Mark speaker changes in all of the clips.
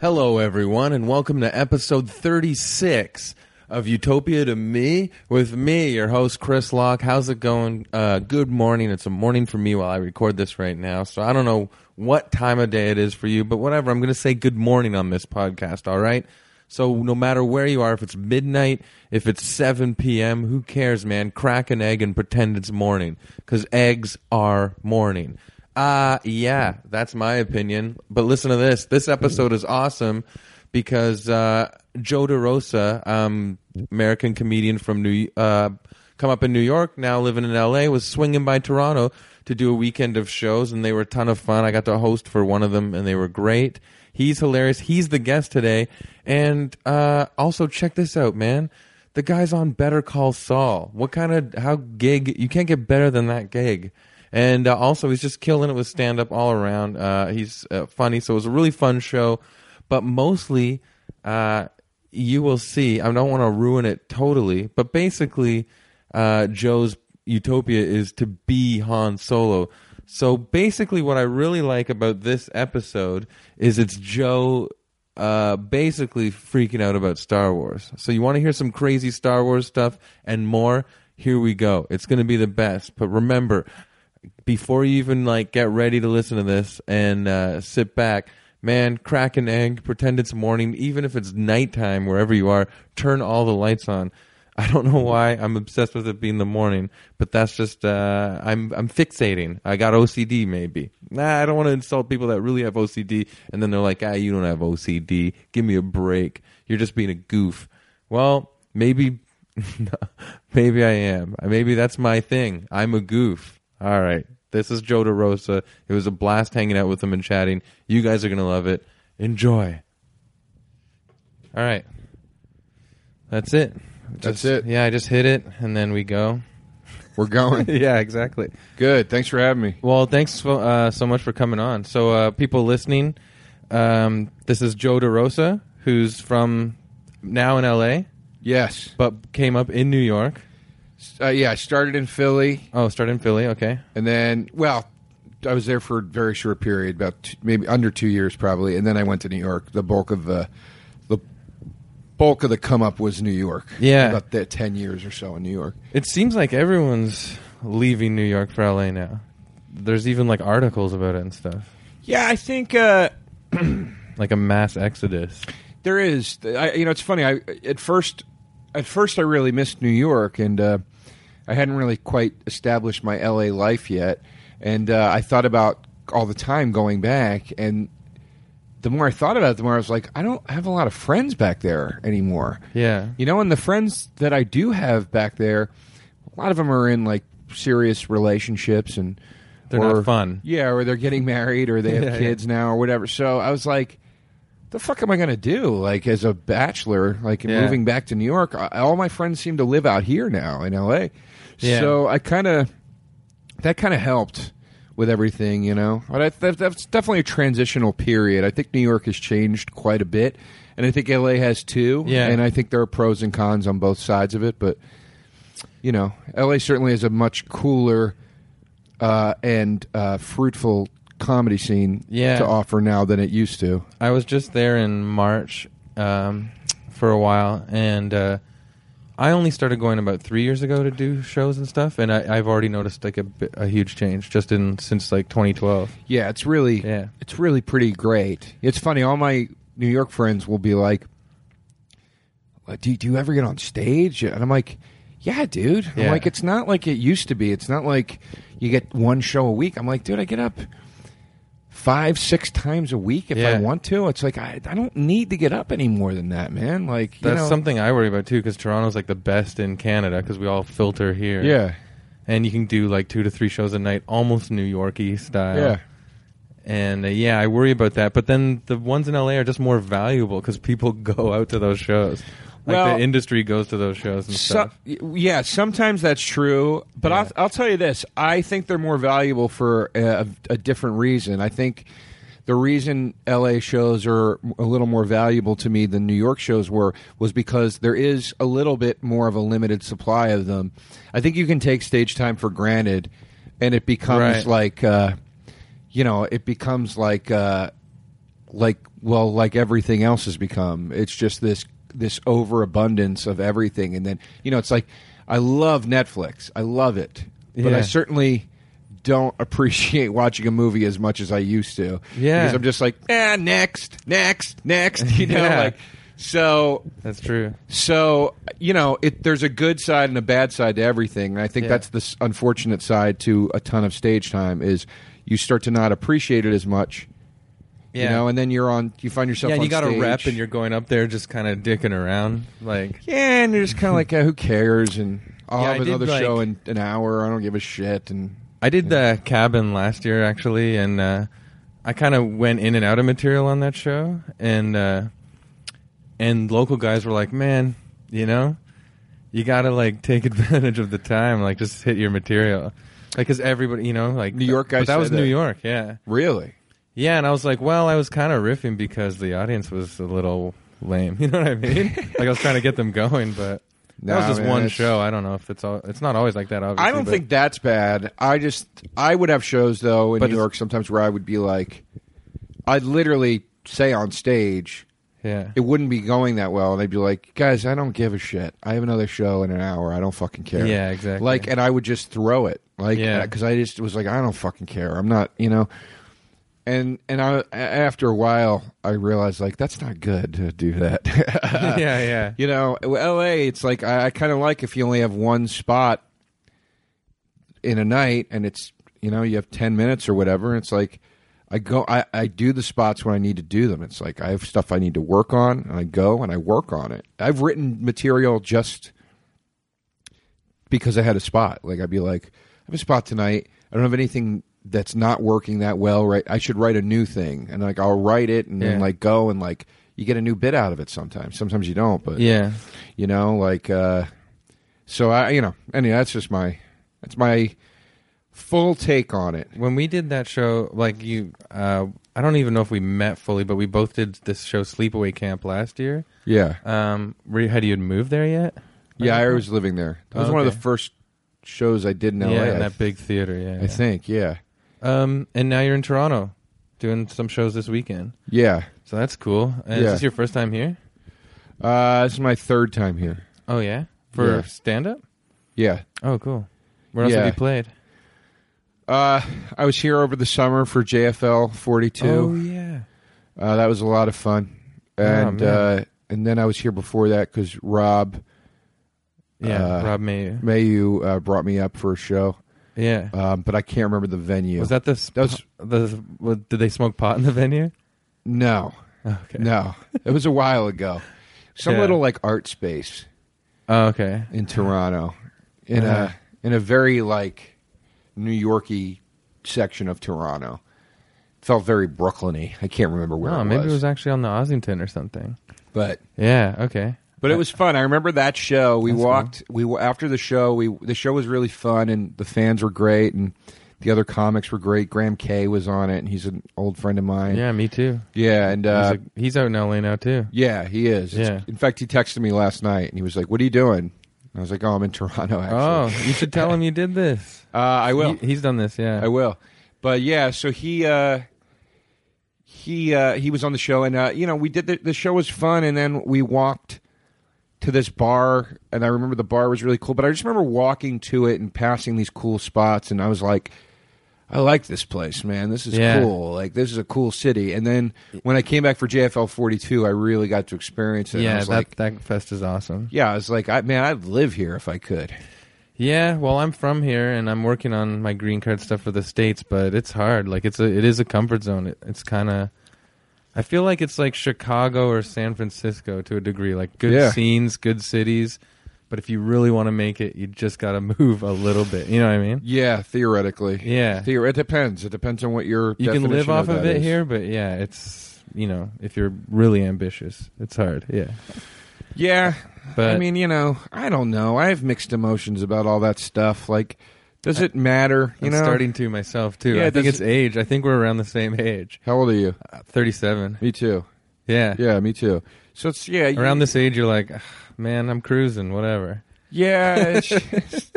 Speaker 1: Hello, everyone, and welcome to episode 36 of Utopia to Me with me, your host, Chris Locke. How's it going? Uh, good morning. It's a morning for me while I record this right now, so I don't know what time of day it is for you, but whatever. I'm going to say good morning on this podcast, all right? So, no matter where you are, if it's midnight, if it's 7 p.m., who cares, man? Crack an egg and pretend it's morning, because eggs are morning. Uh, yeah, that's my opinion. But listen to this. This episode is awesome because uh, Joe DeRosa, um, American comedian from New, uh, come up in New York, now living in L.A., was swinging by Toronto to do a weekend of shows, and they were a ton of fun. I got to host for one of them, and they were great. He's hilarious. He's the guest today, and uh, also check this out, man. The guy's on Better Call Saul. What kind of how gig? You can't get better than that gig. And uh, also, he's just killing it with stand up all around. Uh, he's uh, funny, so it was a really fun show. But mostly, uh, you will see. I don't want to ruin it totally, but basically, uh, Joe's utopia is to be Han Solo. So basically, what I really like about this episode is it's Joe uh, basically freaking out about Star Wars. So you want to hear some crazy Star Wars stuff and more? Here we go. It's going to be the best. But remember, before you even like get ready to listen to this and uh, sit back, man, crack an egg, pretend it's morning, even if it's nighttime wherever you are. Turn all the lights on. I don't know why I'm obsessed with it being the morning, but that's just uh, I'm I'm fixating. I got OCD maybe. Nah, I don't want to insult people that really have OCD, and then they're like, ah, you don't have OCD. Give me a break. You're just being a goof. Well, maybe. maybe I am. Maybe that's my thing. I'm a goof. All right. This is Joe DeRosa. It was a blast hanging out with him and chatting. You guys are going to love it. Enjoy. All right. That's it.
Speaker 2: That's
Speaker 1: Just-
Speaker 2: it.
Speaker 1: Yeah, I just hit it and then we go.
Speaker 2: We're going.
Speaker 1: yeah, exactly.
Speaker 2: Good. Thanks for having me.
Speaker 1: Well, thanks fo- uh, so much for coming on. So, uh, people listening, um, this is Joe DeRosa, who's from now in LA,
Speaker 2: Yes.
Speaker 1: but came up in New York.
Speaker 2: Uh, yeah, I started in Philly
Speaker 1: Oh, started in Philly. Okay.
Speaker 2: and then, well, I was there for a very short period, about two, maybe under two years probably, and then I went to New York. The bulk of the the bulk of the come up was New York.
Speaker 1: Yeah.
Speaker 2: about that ten years or so in New York.
Speaker 1: It seems like everyone's leaving New York for LA now. There's even like articles about it and stuff,
Speaker 2: Yeah, I think uh,
Speaker 1: like a mass exodus.
Speaker 2: There is. I, you know, it's funny. I at first, at first, I really missed New York, and uh, I hadn't really quite established my LA life yet. And uh, I thought about all the time going back, and the more I thought about it, the more I was like, I don't have a lot of friends back there anymore.
Speaker 1: Yeah.
Speaker 2: You know, and the friends that I do have back there, a lot of them are in like serious relationships and
Speaker 1: They're
Speaker 2: or,
Speaker 1: not fun.
Speaker 2: Yeah, or they're getting married or they have
Speaker 1: Yeah, yeah.
Speaker 2: kids now or whatever. So I was like, the fuck am I going to do? Like as a bachelor, like
Speaker 1: Yeah.
Speaker 2: moving back to New York, I, all my friends seem to live out here now in LA.
Speaker 1: Yeah.
Speaker 2: So I kind of that kind of helped with everything, you know. But I, that, that's definitely a transitional period. I think New York has changed quite a bit, and I think LA has too.
Speaker 1: Yeah.
Speaker 2: and I think there are pros and cons on both sides of it. But you know, LA certainly is a much cooler uh, and uh, fruitful comedy scene
Speaker 1: Yeah.
Speaker 2: to offer now than it used to.
Speaker 1: I was just there in March um, for a while, and uh, I only started going about three years ago to do shows and stuff, and I, I've already noticed like a, bi- a huge change just in since like 2012.
Speaker 2: Yeah, it's really
Speaker 1: Yeah.
Speaker 2: it's really pretty great. It's funny. All my New York friends will be like, "Uh, "Do do you ever get on stage?" And I'm like, "Yeah, dude." I'm
Speaker 1: Yeah.
Speaker 2: like, "It's not like it used to be. It's not like you get one show a week." I'm like, "Dude, I get up." Five, six times a week if
Speaker 1: Yeah.
Speaker 2: I want to. It's like I, I don't need to get up any more than that, man. Like you
Speaker 1: That's
Speaker 2: know-
Speaker 1: something I worry about too, because Toronto's like the best in Canada because we all filter here.
Speaker 2: Yeah,
Speaker 1: and you can do like two to three shows a night, almost New Yorky style.
Speaker 2: yeah.
Speaker 1: and uh, yeah, I worry about that. But then the ones in LA are just more valuable because people go out to those shows. Like
Speaker 2: Well-
Speaker 1: the industry goes to those shows and
Speaker 2: So,
Speaker 1: stuff.
Speaker 2: yeah, sometimes that's true, but I'll, I'll tell you this: I think they're more valuable for a, a different reason. I think the reason LA shows are a little more valuable to me than New York shows were was because there is a little bit more of a limited supply of them. I think you can take stage time for granted, and it becomes
Speaker 1: Right.
Speaker 2: like, uh, you know, it becomes like. Uh, like well like everything else has become. It's just this this overabundance of everything, and then you know it's like I love Netflix, I love it, but
Speaker 1: Yeah.
Speaker 2: I certainly don't appreciate watching a movie as much as I used to.
Speaker 1: Yeah.
Speaker 2: because I'm just like ah next, next, next. You know,
Speaker 1: Yeah.
Speaker 2: like so
Speaker 1: That's true.
Speaker 2: so you know, it, there's a good side and a bad side to everything, and I think
Speaker 1: Yeah.
Speaker 2: that's the s- unfortunate side to a ton of stage time is you start to not appreciate it as much,
Speaker 1: Yeah.
Speaker 2: you know, and then you're on, you find yourself,
Speaker 1: yeah, and
Speaker 2: on
Speaker 1: you got a
Speaker 2: stage.
Speaker 1: rep, and you're going up there just kind of dicking around, like
Speaker 2: yeah, and you're just kind of like, "Yeah, who cares? And I'll
Speaker 1: Yeah, I
Speaker 2: have
Speaker 1: did,
Speaker 2: another show
Speaker 1: like-
Speaker 2: in an hour. I don't give a shit. And
Speaker 1: I did the cabin last year actually, and uh, I kind of went in and out of material on that show, and uh, and local guys were like, "Man, you know, you gotta like take advantage of the time, like just hit your material, like because everybody, you know, like
Speaker 2: New York guys
Speaker 1: But that
Speaker 2: said
Speaker 1: was New
Speaker 2: that.
Speaker 1: York, yeah,
Speaker 2: really,
Speaker 1: yeah, and I was like, well, I was kind of riffing because the audience was a little lame, you know what I mean? like I was trying to get them going, but. That was
Speaker 2: Nah,
Speaker 1: just
Speaker 2: man,
Speaker 1: one
Speaker 2: it's-
Speaker 1: show. I don't know if it's all. It's not always like that. Obviously,
Speaker 2: I don't
Speaker 1: but-
Speaker 2: think that's bad. I just I would have shows though in
Speaker 1: But
Speaker 2: New
Speaker 1: it's-
Speaker 2: York sometimes where I would be like, I'd literally say on stage.
Speaker 1: Yeah,
Speaker 2: it wouldn't be going that well. And I'd be like, guys, I don't give a shit. I have another show in an hour. I don't fucking care.
Speaker 1: Yeah, exactly.
Speaker 2: Like, and I would just throw it. Like,
Speaker 1: Yeah.
Speaker 2: because I just was like, I don't fucking care. I'm not, you know. And and I a- after a while, I realized like that's not good to do that.
Speaker 1: yeah, yeah.
Speaker 2: You know, L.A. It's like I, I kind of like if you only have one spot in a night, and it's you know you have ten minutes or whatever. And it's like I go, I, I do the spots when I need to do them. It's like I have stuff I need to work on, and I go and I work on it. I've written material just because I had a spot. Like I'd be like, I have a spot tonight. I don't have anything that's not working that well. Right, I should write a new thing, and like I'll write it, and
Speaker 1: Yeah.
Speaker 2: then like go and like. You get a new bit out of it sometimes. Sometimes you don't, but
Speaker 1: Yeah.
Speaker 2: you know like uh so i you know anyway that's just my that's my full take on it
Speaker 1: When we did that show, like you, uh, I don't even know if we met fully, but we both did this show, Sleepaway Camp, last year.
Speaker 2: yeah
Speaker 1: Um, were you, had you moved there yet?
Speaker 2: yeah i was living there that was
Speaker 1: Oh,
Speaker 2: one of
Speaker 1: Uh-huh. okay.
Speaker 2: the first shows i did in la
Speaker 1: yeah,
Speaker 2: I,
Speaker 1: in that big theater. Yeah.
Speaker 2: I think yeah
Speaker 1: Um, and now you're in Toronto, doing some shows this weekend.
Speaker 2: yeah
Speaker 1: So that's cool. And Is
Speaker 2: Yeah.
Speaker 1: this your first time here?
Speaker 2: uh this is my third time here
Speaker 1: Oh yeah, for
Speaker 2: Yeah.
Speaker 1: stand up.
Speaker 2: yeah
Speaker 1: Oh cool. Where else have
Speaker 2: Yeah.
Speaker 1: you played?
Speaker 2: uh i was here over the summer for jfl 42
Speaker 1: Oh yeah.
Speaker 2: Uh, that was a lot of fun, and
Speaker 1: Oh. man.
Speaker 2: uh, and then I was here before that because Rob
Speaker 1: Yeah,
Speaker 2: Uh,
Speaker 1: Rob Mayu.
Speaker 2: Mayu uh, brought me up for a show,
Speaker 1: Yeah.
Speaker 2: um, but I can't remember the venue.
Speaker 1: was that the sp-
Speaker 2: that was-
Speaker 1: the what, did they smoke pot in the venue?
Speaker 2: no,
Speaker 1: Okay.
Speaker 2: no, it was a while ago. Some
Speaker 1: Yeah.
Speaker 2: little like art space
Speaker 1: Oh, okay.
Speaker 2: in Toronto, in
Speaker 1: Uh-huh.
Speaker 2: a in a very like New Yorky section of Toronto. Felt very Brooklyny. I can't remember where
Speaker 1: Oh,
Speaker 2: it,
Speaker 1: maybe
Speaker 2: was,
Speaker 1: it was actually on the Ossington or something.
Speaker 2: but
Speaker 1: Yeah. Okay.
Speaker 2: But it was fun. I remember that show. We
Speaker 1: That's
Speaker 2: walked. We wa- after the show. We the show was really fun, and the fans were great, and the other comics were great. Graham Kay was on it, and he's an old friend of mine.
Speaker 1: Yeah, me too.
Speaker 2: yeah, and
Speaker 1: He's,
Speaker 2: uh,
Speaker 1: a- he's out in LA now too.
Speaker 2: yeah, he is. It's-
Speaker 1: Yeah.
Speaker 2: In fact, he texted me last night, and he was like, "What are you doing?" And I was like, "Oh, I'm in Toronto.
Speaker 1: Oh,
Speaker 2: Actually,
Speaker 1: you should tell him you did this.
Speaker 2: uh, I will.
Speaker 1: He- he's done this. Yeah.
Speaker 2: I will. But yeah, so he uh he uh he was on the show and uh you know, we did the the show was fun and then we walked to this bar and I remember the bar was really cool, but I just remember walking to it and passing these cool spots and I was like I like this place, man. This is
Speaker 1: Yeah.
Speaker 2: cool. Like this is a cool city. And then when I came back for JFL 42, I really got to experience it. and I
Speaker 1: yeah.
Speaker 2: was
Speaker 1: That
Speaker 2: like
Speaker 1: that fest is awesome.
Speaker 2: yeah, I was like, I, man, I'd live here if I could.
Speaker 1: Yeah. Well, I'm from here, and I'm working on my green card stuff for the states, but it's hard. Like it's a it is a comfort zone. It, it's kind of. I feel like it's like Chicago or San Francisco to a degree. Like good
Speaker 2: Yeah.
Speaker 1: scenes, good cities, but if you really want to make it, you just got to move a little bit. You know what I mean?
Speaker 2: Yeah, theoretically.
Speaker 1: Yeah.
Speaker 2: Theor- it depends. It depends on what your
Speaker 1: you can
Speaker 2: definition
Speaker 1: live off of,
Speaker 2: that
Speaker 1: it
Speaker 2: is.
Speaker 1: here, but yeah, it's you know if you're really ambitious, it's hard. Yeah,
Speaker 2: Yeah,
Speaker 1: but
Speaker 2: I mean, you know, I don't know. I have mixed emotions about all that stuff. Like, does it matter? You
Speaker 1: I'm
Speaker 2: know,
Speaker 1: starting to myself too.
Speaker 2: Yeah,
Speaker 1: I think
Speaker 2: does-
Speaker 1: it's age. I think we're around the same age,
Speaker 2: how old are you?
Speaker 1: uh, 37.
Speaker 2: Me too.
Speaker 1: Yeah.
Speaker 2: Yeah, me too. So it's yeah, you-
Speaker 1: around this age, you're like, "Ugh, man, I'm cruising, whatever.
Speaker 2: Yeah, it's just-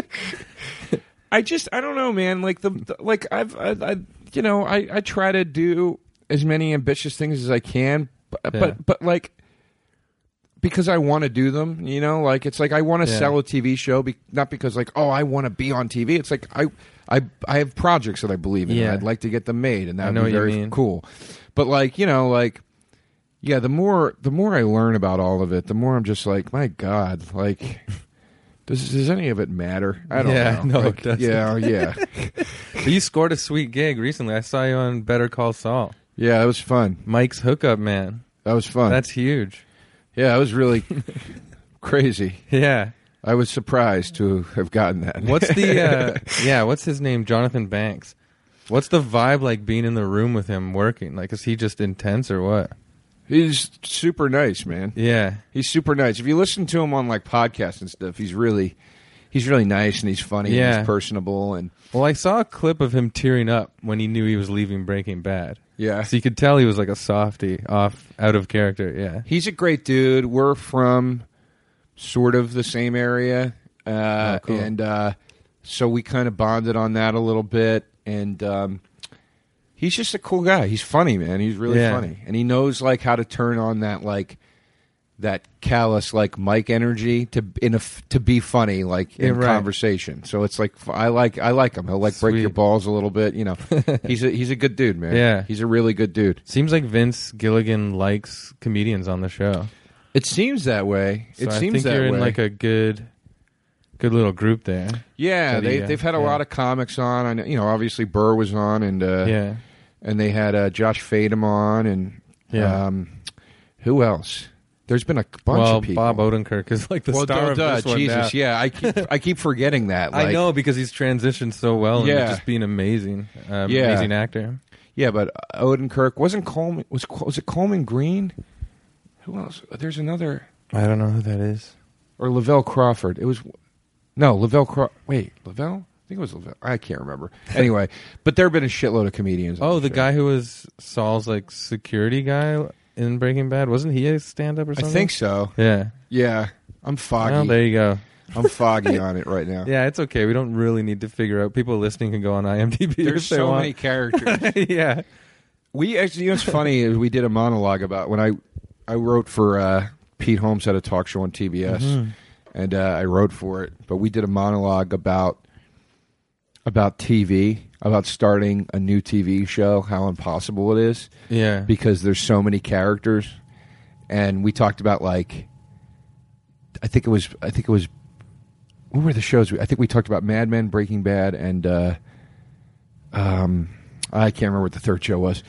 Speaker 2: I just I don't know, man. Like the, the- like I've I, I you know I I try to do as many ambitious things as I can, but
Speaker 1: Yeah.
Speaker 2: but, but like because I want to do them, you know, like it's like I want to
Speaker 1: Yeah.
Speaker 2: sell a TV show, be, not because like oh I want to be on TV. It's like I I I have projects that I believe in. and
Speaker 1: Yeah.
Speaker 2: I'd like to get them made, and that
Speaker 1: I
Speaker 2: would
Speaker 1: know
Speaker 2: be
Speaker 1: what you
Speaker 2: very
Speaker 1: mean.
Speaker 2: cool. But like you know, like yeah, the more the more I learn about all of it, the more I'm just like my God, like. Does, does any of it matter? I don't
Speaker 1: Yeah,
Speaker 2: know.
Speaker 1: no, it
Speaker 2: Like,
Speaker 1: doesn't.
Speaker 2: Yeah, oh, yeah,
Speaker 1: But you scored a sweet gig recently. I saw you on Better Call Saul.
Speaker 2: yeah. That was fun.
Speaker 1: Mike's hookup man.
Speaker 2: That was fun.
Speaker 1: That's huge.
Speaker 2: Yeah, it was really crazy.
Speaker 1: Yeah.
Speaker 2: I was surprised to have gotten that.
Speaker 1: What's the uh, yeah? What's his name? Jonathan Banks. What's the vibe like being in the room with him working? Like, is he just intense or what?
Speaker 2: He's super nice, man.
Speaker 1: Yeah.
Speaker 2: He's super nice. If you listen to him on like podcasts and stuff, he's really he's really nice and he's funny and
Speaker 1: Yeah.
Speaker 2: he's personable and
Speaker 1: Well, I saw a clip of him tearing up when he knew he was leaving Breaking Bad.
Speaker 2: yeah.
Speaker 1: So you could tell he was like a softy, off, out of character. Yeah.
Speaker 2: He's a great dude. We're from sort of the same area. Uh,
Speaker 1: Oh, cool.
Speaker 2: And uh, so we kind of bonded on that a little bit. And um, he's just a cool guy. He's funny, man. He's really
Speaker 1: Yeah.
Speaker 2: funny. And he knows like how to turn on that like that callous like mic energy to in a f- to be funny like in
Speaker 1: Yeah, right.
Speaker 2: conversation. So it's like f- I like I like him. He'll like break
Speaker 1: Sweet.
Speaker 2: your balls a little bit, you know. he's a he's a good dude, man.
Speaker 1: Yeah.
Speaker 2: He's a really good dude.
Speaker 1: Seems like Vince Gilligan likes comedians on the show.
Speaker 2: It seems that way.
Speaker 1: So
Speaker 2: it
Speaker 1: I
Speaker 2: seems
Speaker 1: think
Speaker 2: that
Speaker 1: you're
Speaker 2: way.
Speaker 1: in like a good, good little group there.
Speaker 2: Yeah,
Speaker 1: That he,
Speaker 2: they,
Speaker 1: uh,
Speaker 2: they've had a
Speaker 1: yeah.
Speaker 2: lot of comics on. I know, you know, obviously Burr was on, and uh,
Speaker 1: yeah.
Speaker 2: and they had uh, Josh Fadem on, and
Speaker 1: Yeah.
Speaker 2: um, who else? There's been a bunch
Speaker 1: well,
Speaker 2: of people.
Speaker 1: Bob uh, Odenkirk is like the
Speaker 2: well,
Speaker 1: star
Speaker 2: duh,
Speaker 1: of
Speaker 2: duh,
Speaker 1: this one now.
Speaker 2: Jesus, yeah, I keep I keep forgetting that. Like,
Speaker 1: I know because he's transitioned so well and
Speaker 2: Yeah.
Speaker 1: just being amazing, um,
Speaker 2: Yeah.
Speaker 1: amazing actor.
Speaker 2: Yeah, but Odenkirk wasn't Coleman. Was Col- was it Coleman Green? Who else? There's another
Speaker 1: I don't know who that is.
Speaker 2: or Lavelle Crawford. It was no Lavelle Crawford. Wait, Lavelle. I think it was Lavelle. I can't remember. Anyway, but there have been a shitload of comedians. on
Speaker 1: Oh, the
Speaker 2: show.
Speaker 1: guy who was Saul's like security guy in Breaking Bad wasn't he a stand-up or
Speaker 2: I
Speaker 1: something?
Speaker 2: think so.
Speaker 1: Yeah.
Speaker 2: Yeah, I'm foggy. Uh.
Speaker 1: Well, there you go.
Speaker 2: I'm foggy on it right now.
Speaker 1: Yeah, it's okay. We don't really need to figure out. People listening can go on IMDb
Speaker 2: There's
Speaker 1: if they
Speaker 2: so
Speaker 1: want.
Speaker 2: many characters.
Speaker 1: yeah.
Speaker 2: we actually, you know, it's funny. is We did a monologue about when I, I wrote for uh, Pete Holmes had a talk show on TBS,
Speaker 1: Mm-hmm.
Speaker 2: and uh, I wrote for it. But we did a monologue about about TV, about starting a new TV show, how impossible it is.
Speaker 1: Yeah.
Speaker 2: because there's so many characters and we talked about like i think it was i think it was what were the shows we- i think we talked about mad men breaking bad and uh um i can't remember what the third show was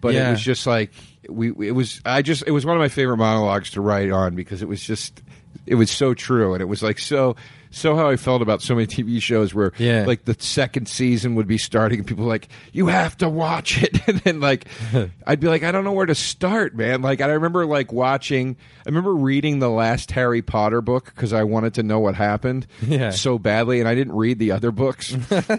Speaker 2: but it
Speaker 1: Yeah.
Speaker 2: was just like we we- it was i just it was one of my favorite monologues to write on because it was just it was so true and it was like so so how i felt about so many tv shows where
Speaker 1: Yeah.
Speaker 2: like the second season would be starting and people were like you have to watch it and then like i'd be like i don't know where to start man like i remember like watching i remember reading the last harry potter book because i wanted to know what happened
Speaker 1: Yeah.
Speaker 2: so badly and i didn't read the other books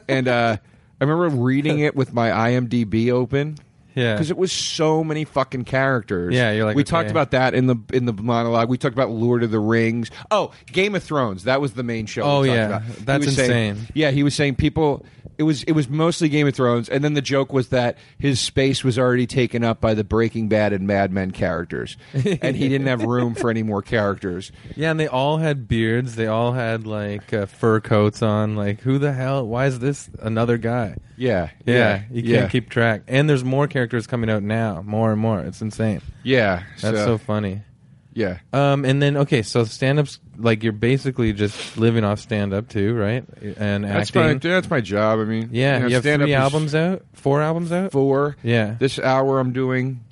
Speaker 2: and uh i remember reading it with my imdb open
Speaker 1: Yeah.
Speaker 2: because it was so many fucking characters.
Speaker 1: Yeah, you're like,
Speaker 2: we
Speaker 1: okay.
Speaker 2: talked about that in the in the monologue. We talked about Lord of the Rings. Oh, Game of Thrones. That was the main show. we
Speaker 1: Oh,
Speaker 2: talked
Speaker 1: yeah.
Speaker 2: about. He
Speaker 1: That's
Speaker 2: was saying-
Speaker 1: insane.
Speaker 2: yeah, he was saying people. It was it was mostly Game of Thrones, and then the joke was that his space was already taken up by the Breaking Bad and Mad Men characters, and he didn't have room for any more characters.
Speaker 1: Yeah, and they all had beards. They all had like uh, fur coats on. Like, who the hell? Why is this another guy?
Speaker 2: Yeah,
Speaker 1: Yeah, you can't
Speaker 2: yeah,
Speaker 1: keep track. And there's more characters coming out now, more and more. It's insane.
Speaker 2: Yeah,
Speaker 1: That's so,
Speaker 2: so
Speaker 1: funny.
Speaker 2: yeah.
Speaker 1: Um, and then okay, so stand-ups like you're basically just living off stand-up too, right? And
Speaker 2: That's
Speaker 1: acting.
Speaker 2: my that's my job. I mean,
Speaker 1: yeah,
Speaker 2: you,
Speaker 1: you,
Speaker 2: know,
Speaker 1: have
Speaker 2: stand-up
Speaker 1: three
Speaker 2: is
Speaker 1: albums out, four albums out.
Speaker 2: Four.
Speaker 1: Yeah,
Speaker 2: This hour I'm doing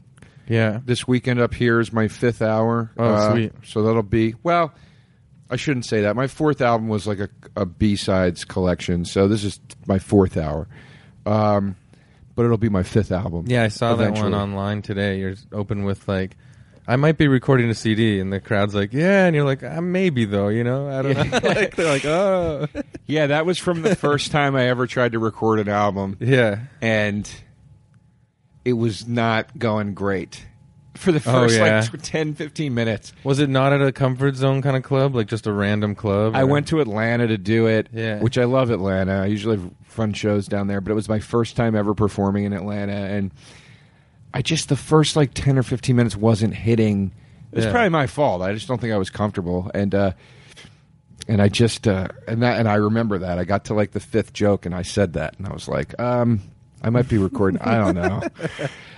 Speaker 1: yeah,
Speaker 2: this weekend up here is my fifth hour. Uh,
Speaker 1: Oh, sweet.
Speaker 2: So that'll be well. I shouldn't say that. My fourth album was like a, a B sides collection, so this is my fourth hour. Um, but it'll be my fifth album.
Speaker 1: yeah. I saw that one
Speaker 2: eventually.
Speaker 1: online today. You're open with like, I might be recording a CD, and the crowd's like, yeah, and you're like, ah, maybe though, you know, I don't know. like, they're like, oh,
Speaker 2: Yeah, that was from the first time I ever tried to record an album,
Speaker 1: yeah,
Speaker 2: and it was not going great for the
Speaker 1: Oh,
Speaker 2: first
Speaker 1: yeah.
Speaker 2: like tw- 10, 15 minutes.
Speaker 1: Was it not at a comfort zone kind of club, like just a random club?
Speaker 2: I
Speaker 1: or-
Speaker 2: went to Atlanta to do it,
Speaker 1: Yeah.
Speaker 2: which I love Atlanta. I usually have fun shows down there, but it was my first time ever performing in Atlanta, and I just the first like ten or fifteen minutes wasn't hitting. It's
Speaker 1: Yeah.
Speaker 2: probably my fault. I just don't think I was comfortable, and uh, and I just uh, and that and I remember that I got to like the fifth joke, and I said that, and I was like, um, I might be recording. I don't know.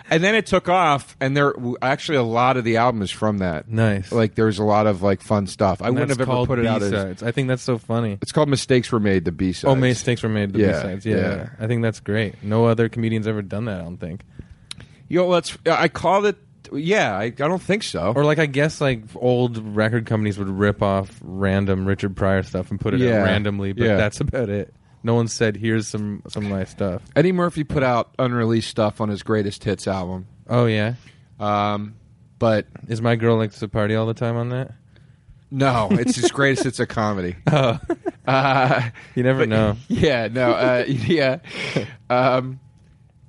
Speaker 2: And then it took off, and there actually a lot of the album is from that.
Speaker 1: Nice.
Speaker 2: like there's a lot of like fun stuff. I wouldn't
Speaker 1: That's
Speaker 2: have ever
Speaker 1: called
Speaker 2: put it out as.
Speaker 1: B-sides. I think that's so funny.
Speaker 2: It's called "Mistakes Were Made." The B side.
Speaker 1: Oh, mistakes were made. The
Speaker 2: Yeah,
Speaker 1: B-sides. Yeah,
Speaker 2: yeah.
Speaker 1: yeah, I think that's great. No other comedian's ever done that. I don't think.
Speaker 2: Yo, let's. I called it. Yeah, I, I don't think so.
Speaker 1: Or like I guess like old record companies would rip off random Richard Pryor stuff and put it
Speaker 2: Yeah.
Speaker 1: out randomly, but
Speaker 2: Yeah.
Speaker 1: that's about it. No one said here's some some of my stuff.
Speaker 2: Eddie Murphy put out unreleased stuff on his greatest hits album,
Speaker 1: Oh yeah,
Speaker 2: um, but
Speaker 1: is my girl likes to party all the time on that?
Speaker 2: no, it's his greatest. It's a comedy.
Speaker 1: Oh,
Speaker 2: Uh,
Speaker 1: you never
Speaker 2: but-
Speaker 1: know.
Speaker 2: Yeah, no, uh, yeah, um,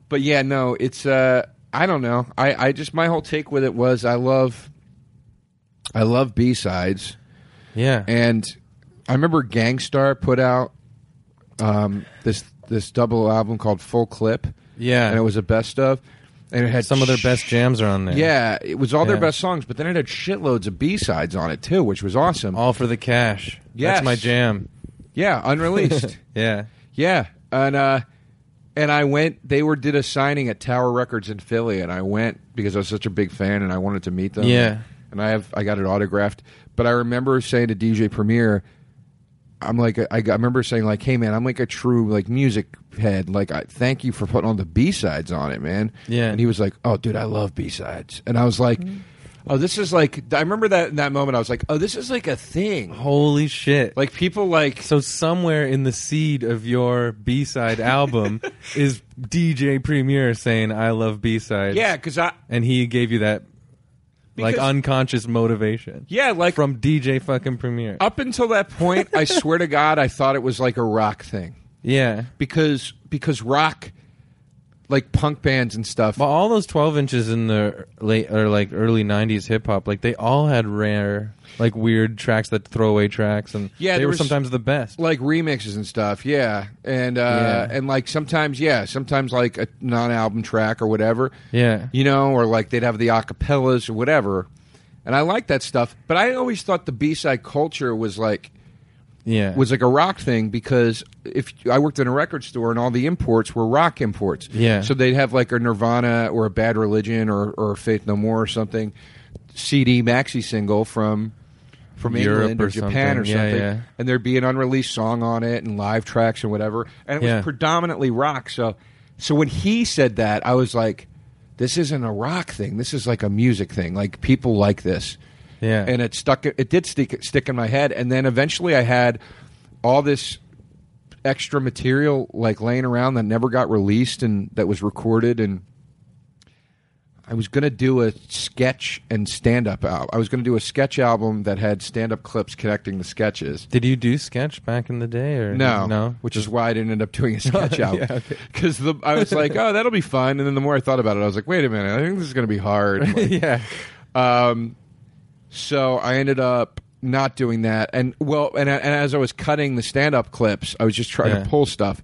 Speaker 2: but yeah, no, it's. Uh, I don't know. I, I just my whole take with it was I love, I love B sides,
Speaker 1: Yeah,
Speaker 2: and I remember Gangstar put out um, this this double album called Full Clip,
Speaker 1: yeah.
Speaker 2: and it was the best of, and it had
Speaker 1: some of their
Speaker 2: sh-
Speaker 1: best jams are on there.
Speaker 2: Yeah, it was all their
Speaker 1: Yeah.
Speaker 2: best songs, but then it had shitloads of B sides on it too, which was awesome.
Speaker 1: all for the cash.
Speaker 2: Yes.
Speaker 1: that's my jam.
Speaker 2: yeah, unreleased.
Speaker 1: Yeah.
Speaker 2: yeah, and uh, and I went. They were did a signing at Tower Records in Philly, and I went because I was such a big fan, and I wanted to meet them.
Speaker 1: Yeah.
Speaker 2: and I have I got it autographed. But I remember saying to DJ Premier, I'm like I, I remember saying like, hey man, I'm like a true like music head. Like, I, thank you for putting all the B sides on it, man.
Speaker 1: Yeah.
Speaker 2: and he was like, oh dude, I love B sides, and I was like. Oh, this is like I remember that in that moment I was like, "Oh, this is like a thing."
Speaker 1: Holy shit.
Speaker 2: Like people like
Speaker 1: So somewhere in the seed of your B-side album is DJ Premier saying I love B-sides.
Speaker 2: yeah, cuz I
Speaker 1: And he gave you that like
Speaker 2: Because-
Speaker 1: unconscious motivation.
Speaker 2: yeah, Oh. like
Speaker 1: From DJ fucking Premier.
Speaker 2: up until that point, I swear to God, I thought it was like a rock thing
Speaker 1: Yeah.
Speaker 2: because because rock, like punk bands and stuff.
Speaker 1: But all those 12 inches in the late or like early 90s hip hop, like they all had rare, like weird tracks that throwaway tracks, and
Speaker 2: Yeah,
Speaker 1: they
Speaker 2: there
Speaker 1: were
Speaker 2: was-
Speaker 1: sometimes the best.
Speaker 2: like remixes and stuff, yeah, and uh,
Speaker 1: Yeah.
Speaker 2: and like sometimes, yeah, sometimes like a non-album track or whatever,
Speaker 1: Yeah.
Speaker 2: you know, or like they'd have the acapellas or whatever, and I like that stuff. But I always thought the B-side culture was like
Speaker 1: Yeah.
Speaker 2: was like a rock thing because if I worked in a record store and all the imports were rock imports,
Speaker 1: Yeah.
Speaker 2: So they'd have like a Nirvana or a Bad Religion or or Faith No More or something, CD maxi single from from
Speaker 1: Europe
Speaker 2: England or,
Speaker 1: or
Speaker 2: Japan or
Speaker 1: something. Yeah,
Speaker 2: something,
Speaker 1: yeah.
Speaker 2: and there'd be an unreleased song on it and live tracks and whatever, and it
Speaker 1: Yeah.
Speaker 2: was predominantly rock. So so when he said that, I was like, this isn't a rock thing. This is like a music thing. Like people like this
Speaker 1: yeah.
Speaker 2: and it stuck. It did stick stick in my head, and then eventually I had all this extra material like laying around that never got released and that was recorded and. I was gonna do a sketch and stand up album. I was gonna do a sketch album that had stand up clips connecting the sketches.
Speaker 1: Did you do sketch back in the day or
Speaker 2: No,
Speaker 1: No.
Speaker 2: which is why I didn't end up doing a sketch album
Speaker 1: Yeah, okay.
Speaker 2: because I was like, oh, that'll be fun. And then the more I thought about it, I was like, wait a minute, I think this is gonna be hard. Like,
Speaker 1: yeah.
Speaker 2: Um, so I ended up not doing that, and well, and, and as I was cutting the stand-up clips, I was just trying
Speaker 1: Yeah.
Speaker 2: to pull stuff.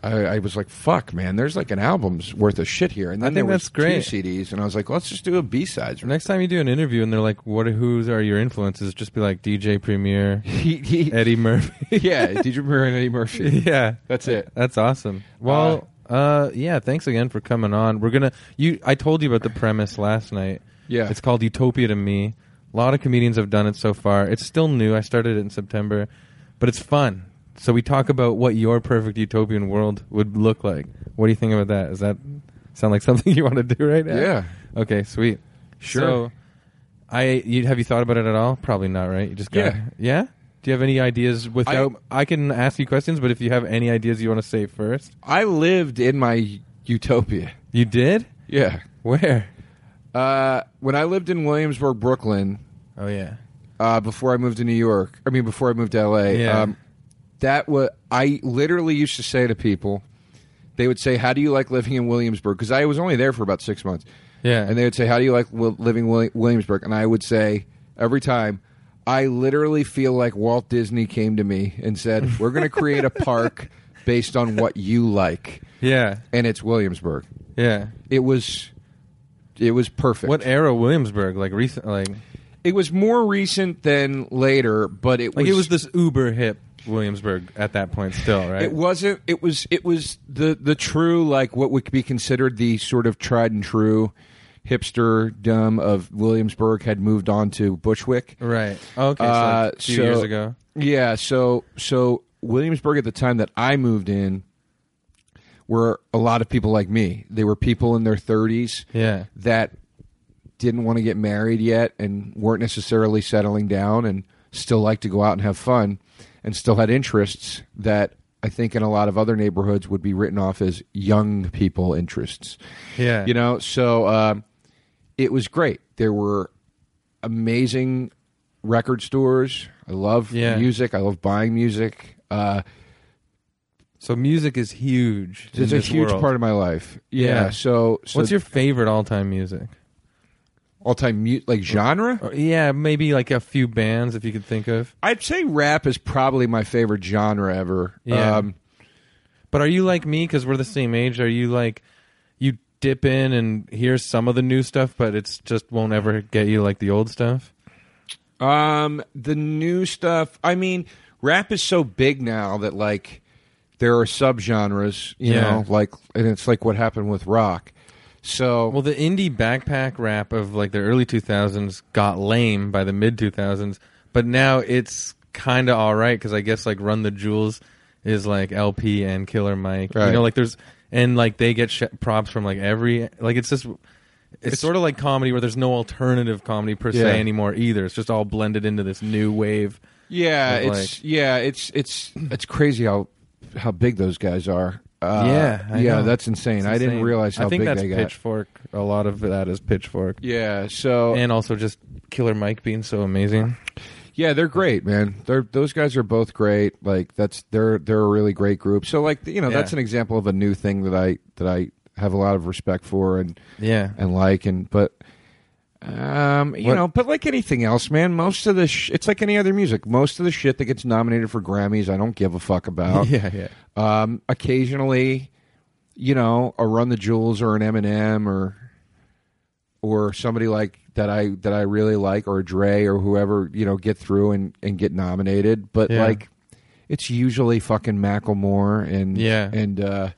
Speaker 2: I, I was like, "Fuck, man! There's like an album's worth of shit here." And then
Speaker 1: think
Speaker 2: there was
Speaker 1: that's great.
Speaker 2: two CDs, and I was like, "Let's just do a B sides."
Speaker 1: Next time you do an interview and they're like, "What? Who's are your influences?" Just be like DJ Premier,
Speaker 2: He, he,
Speaker 1: Eddie Murphy.
Speaker 2: yeah, DJ Murray and Eddie Murphy.
Speaker 1: yeah,
Speaker 2: That's it.
Speaker 1: that's awesome. Well, uh, yeah, thanks again for coming on. We're gonna you. I told you about the premise last night.
Speaker 2: Yeah.
Speaker 1: it's called Utopia to me. A lot of comedians have done it so far. It's still new. I started it in September, but it's fun. So we talk about what your perfect utopian world would look like. What do you think about that? Does that sound like something you want to do right now?
Speaker 2: Yeah.
Speaker 1: Okay, sweet.
Speaker 2: Sure.
Speaker 1: So, I you, have you thought about it at all? Probably not, right? You just got
Speaker 2: Yeah.
Speaker 1: yeah. Do you have any ideas? Without I, can ask you questions, but if you have any ideas you want to say first,
Speaker 2: I lived in my utopia.
Speaker 1: you did.
Speaker 2: Yeah,
Speaker 1: Where?
Speaker 2: uh, when I lived in Williamsburg, Brooklyn,
Speaker 1: Oh yeah,
Speaker 2: uh, before I moved to New York. I mean, before I moved to LA.
Speaker 1: Yeah.
Speaker 2: that was I literally used to say to people, they would say, "How do you like living in Williamsburg?" Because I was only there for about six months,
Speaker 1: yeah.
Speaker 2: and they would say, "How do you like w- living in Willi- Williamsburg?" And I would say every time. I literally feel like Walt Disney came to me and said, "We're going to create a park based on what you like,
Speaker 1: yeah,
Speaker 2: and it's Williamsburg."
Speaker 1: yeah.
Speaker 2: It was it was perfect.
Speaker 1: What era Williamsburg? Like recent, like
Speaker 2: It was more recent than later, but it
Speaker 1: like
Speaker 2: was
Speaker 1: it was this uber hip Williamsburg at that point still, right?
Speaker 2: It wasn't. It was. It was the the true like what would be considered the sort of tried and true hipster dumb of Williamsburg had moved on to Bushwick.
Speaker 1: right. Okay, so
Speaker 2: Uh,
Speaker 1: like a few
Speaker 2: so-
Speaker 1: years ago.
Speaker 2: Yeah. So so Williamsburg at the time that I moved in were a lot of people like me. They were people in their thirties
Speaker 1: Yeah.
Speaker 2: that didn't want to get married yet and weren't necessarily settling down and still like to go out and have fun and still had interests that I think in a lot of other neighborhoods would be written off as young people interests.
Speaker 1: Yeah.
Speaker 2: You know, so um, it was great. There were amazing record stores. I love
Speaker 1: Yeah.
Speaker 2: music. I love buying music. Uh,
Speaker 1: So music is huge. in
Speaker 2: it's a
Speaker 1: this
Speaker 2: huge
Speaker 1: world.
Speaker 2: part of my life. Yeah.
Speaker 1: Yeah.
Speaker 2: So, so
Speaker 1: What's your favorite all-time music?
Speaker 2: all time mute like genre?
Speaker 1: Or- yeah, maybe like a few bands if you could think of.
Speaker 2: I'd say rap is probably my favorite genre ever.
Speaker 1: Yeah.
Speaker 2: Um,
Speaker 1: But are you like me? Because we're the same age. Are you like you dip in and hear some of the new stuff, but it's just won't ever get you like the old stuff?
Speaker 2: um, the new stuff. I mean, rap is so big now that like there are subgenres. You
Speaker 1: Yeah.
Speaker 2: know, like and it's like what happened with rock. So
Speaker 1: Well, the indie backpack rap of like the early 2000s got lame by the mid 2000s, but now it's kind of all right because I guess like Run the Jewels is like LP and Killer Mike. You
Speaker 2: Right.
Speaker 1: know, like there's and like they get sh- props from like every like it's just. It's, sort of like comedy where there's no alternative comedy per
Speaker 2: Yeah.
Speaker 1: se anymore either. It's just all blended into this new wave.
Speaker 2: yeah,
Speaker 1: But,
Speaker 2: it's yeah, it's it's it's crazy how how big those guys are. Uh,
Speaker 1: Yeah, I
Speaker 2: yeah,
Speaker 1: know.
Speaker 2: that's insane.
Speaker 1: It's
Speaker 2: I didn't
Speaker 1: insane.
Speaker 2: realize how
Speaker 1: I think
Speaker 2: big
Speaker 1: that's
Speaker 2: they got.
Speaker 1: Pitchfork. A lot of that is Pitchfork,
Speaker 2: Yeah, so
Speaker 1: and also just Killer Mike being so amazing.
Speaker 2: Yeah, they're great, man. They're those guys are both great. Like that's they're they're a really great group. So like you know
Speaker 1: Yeah.
Speaker 2: that's an example of a new thing that I that I have a lot of respect for and
Speaker 1: Yeah,
Speaker 2: and like and but um you
Speaker 1: What-
Speaker 2: know but like anything else, man. Most of the sh- it's like any other music. Most of the shit that gets nominated for Grammys, I don't give a fuck about.
Speaker 1: yeah, yeah.
Speaker 2: Um, occasionally, you know, a Run the Jewels or an Eminem or or somebody like that I that I really like or a Dre or whoever you know get through and and get nominated. But
Speaker 1: Yeah.
Speaker 2: like, it's usually fucking Macklemore and
Speaker 1: Yeah.
Speaker 2: and uh,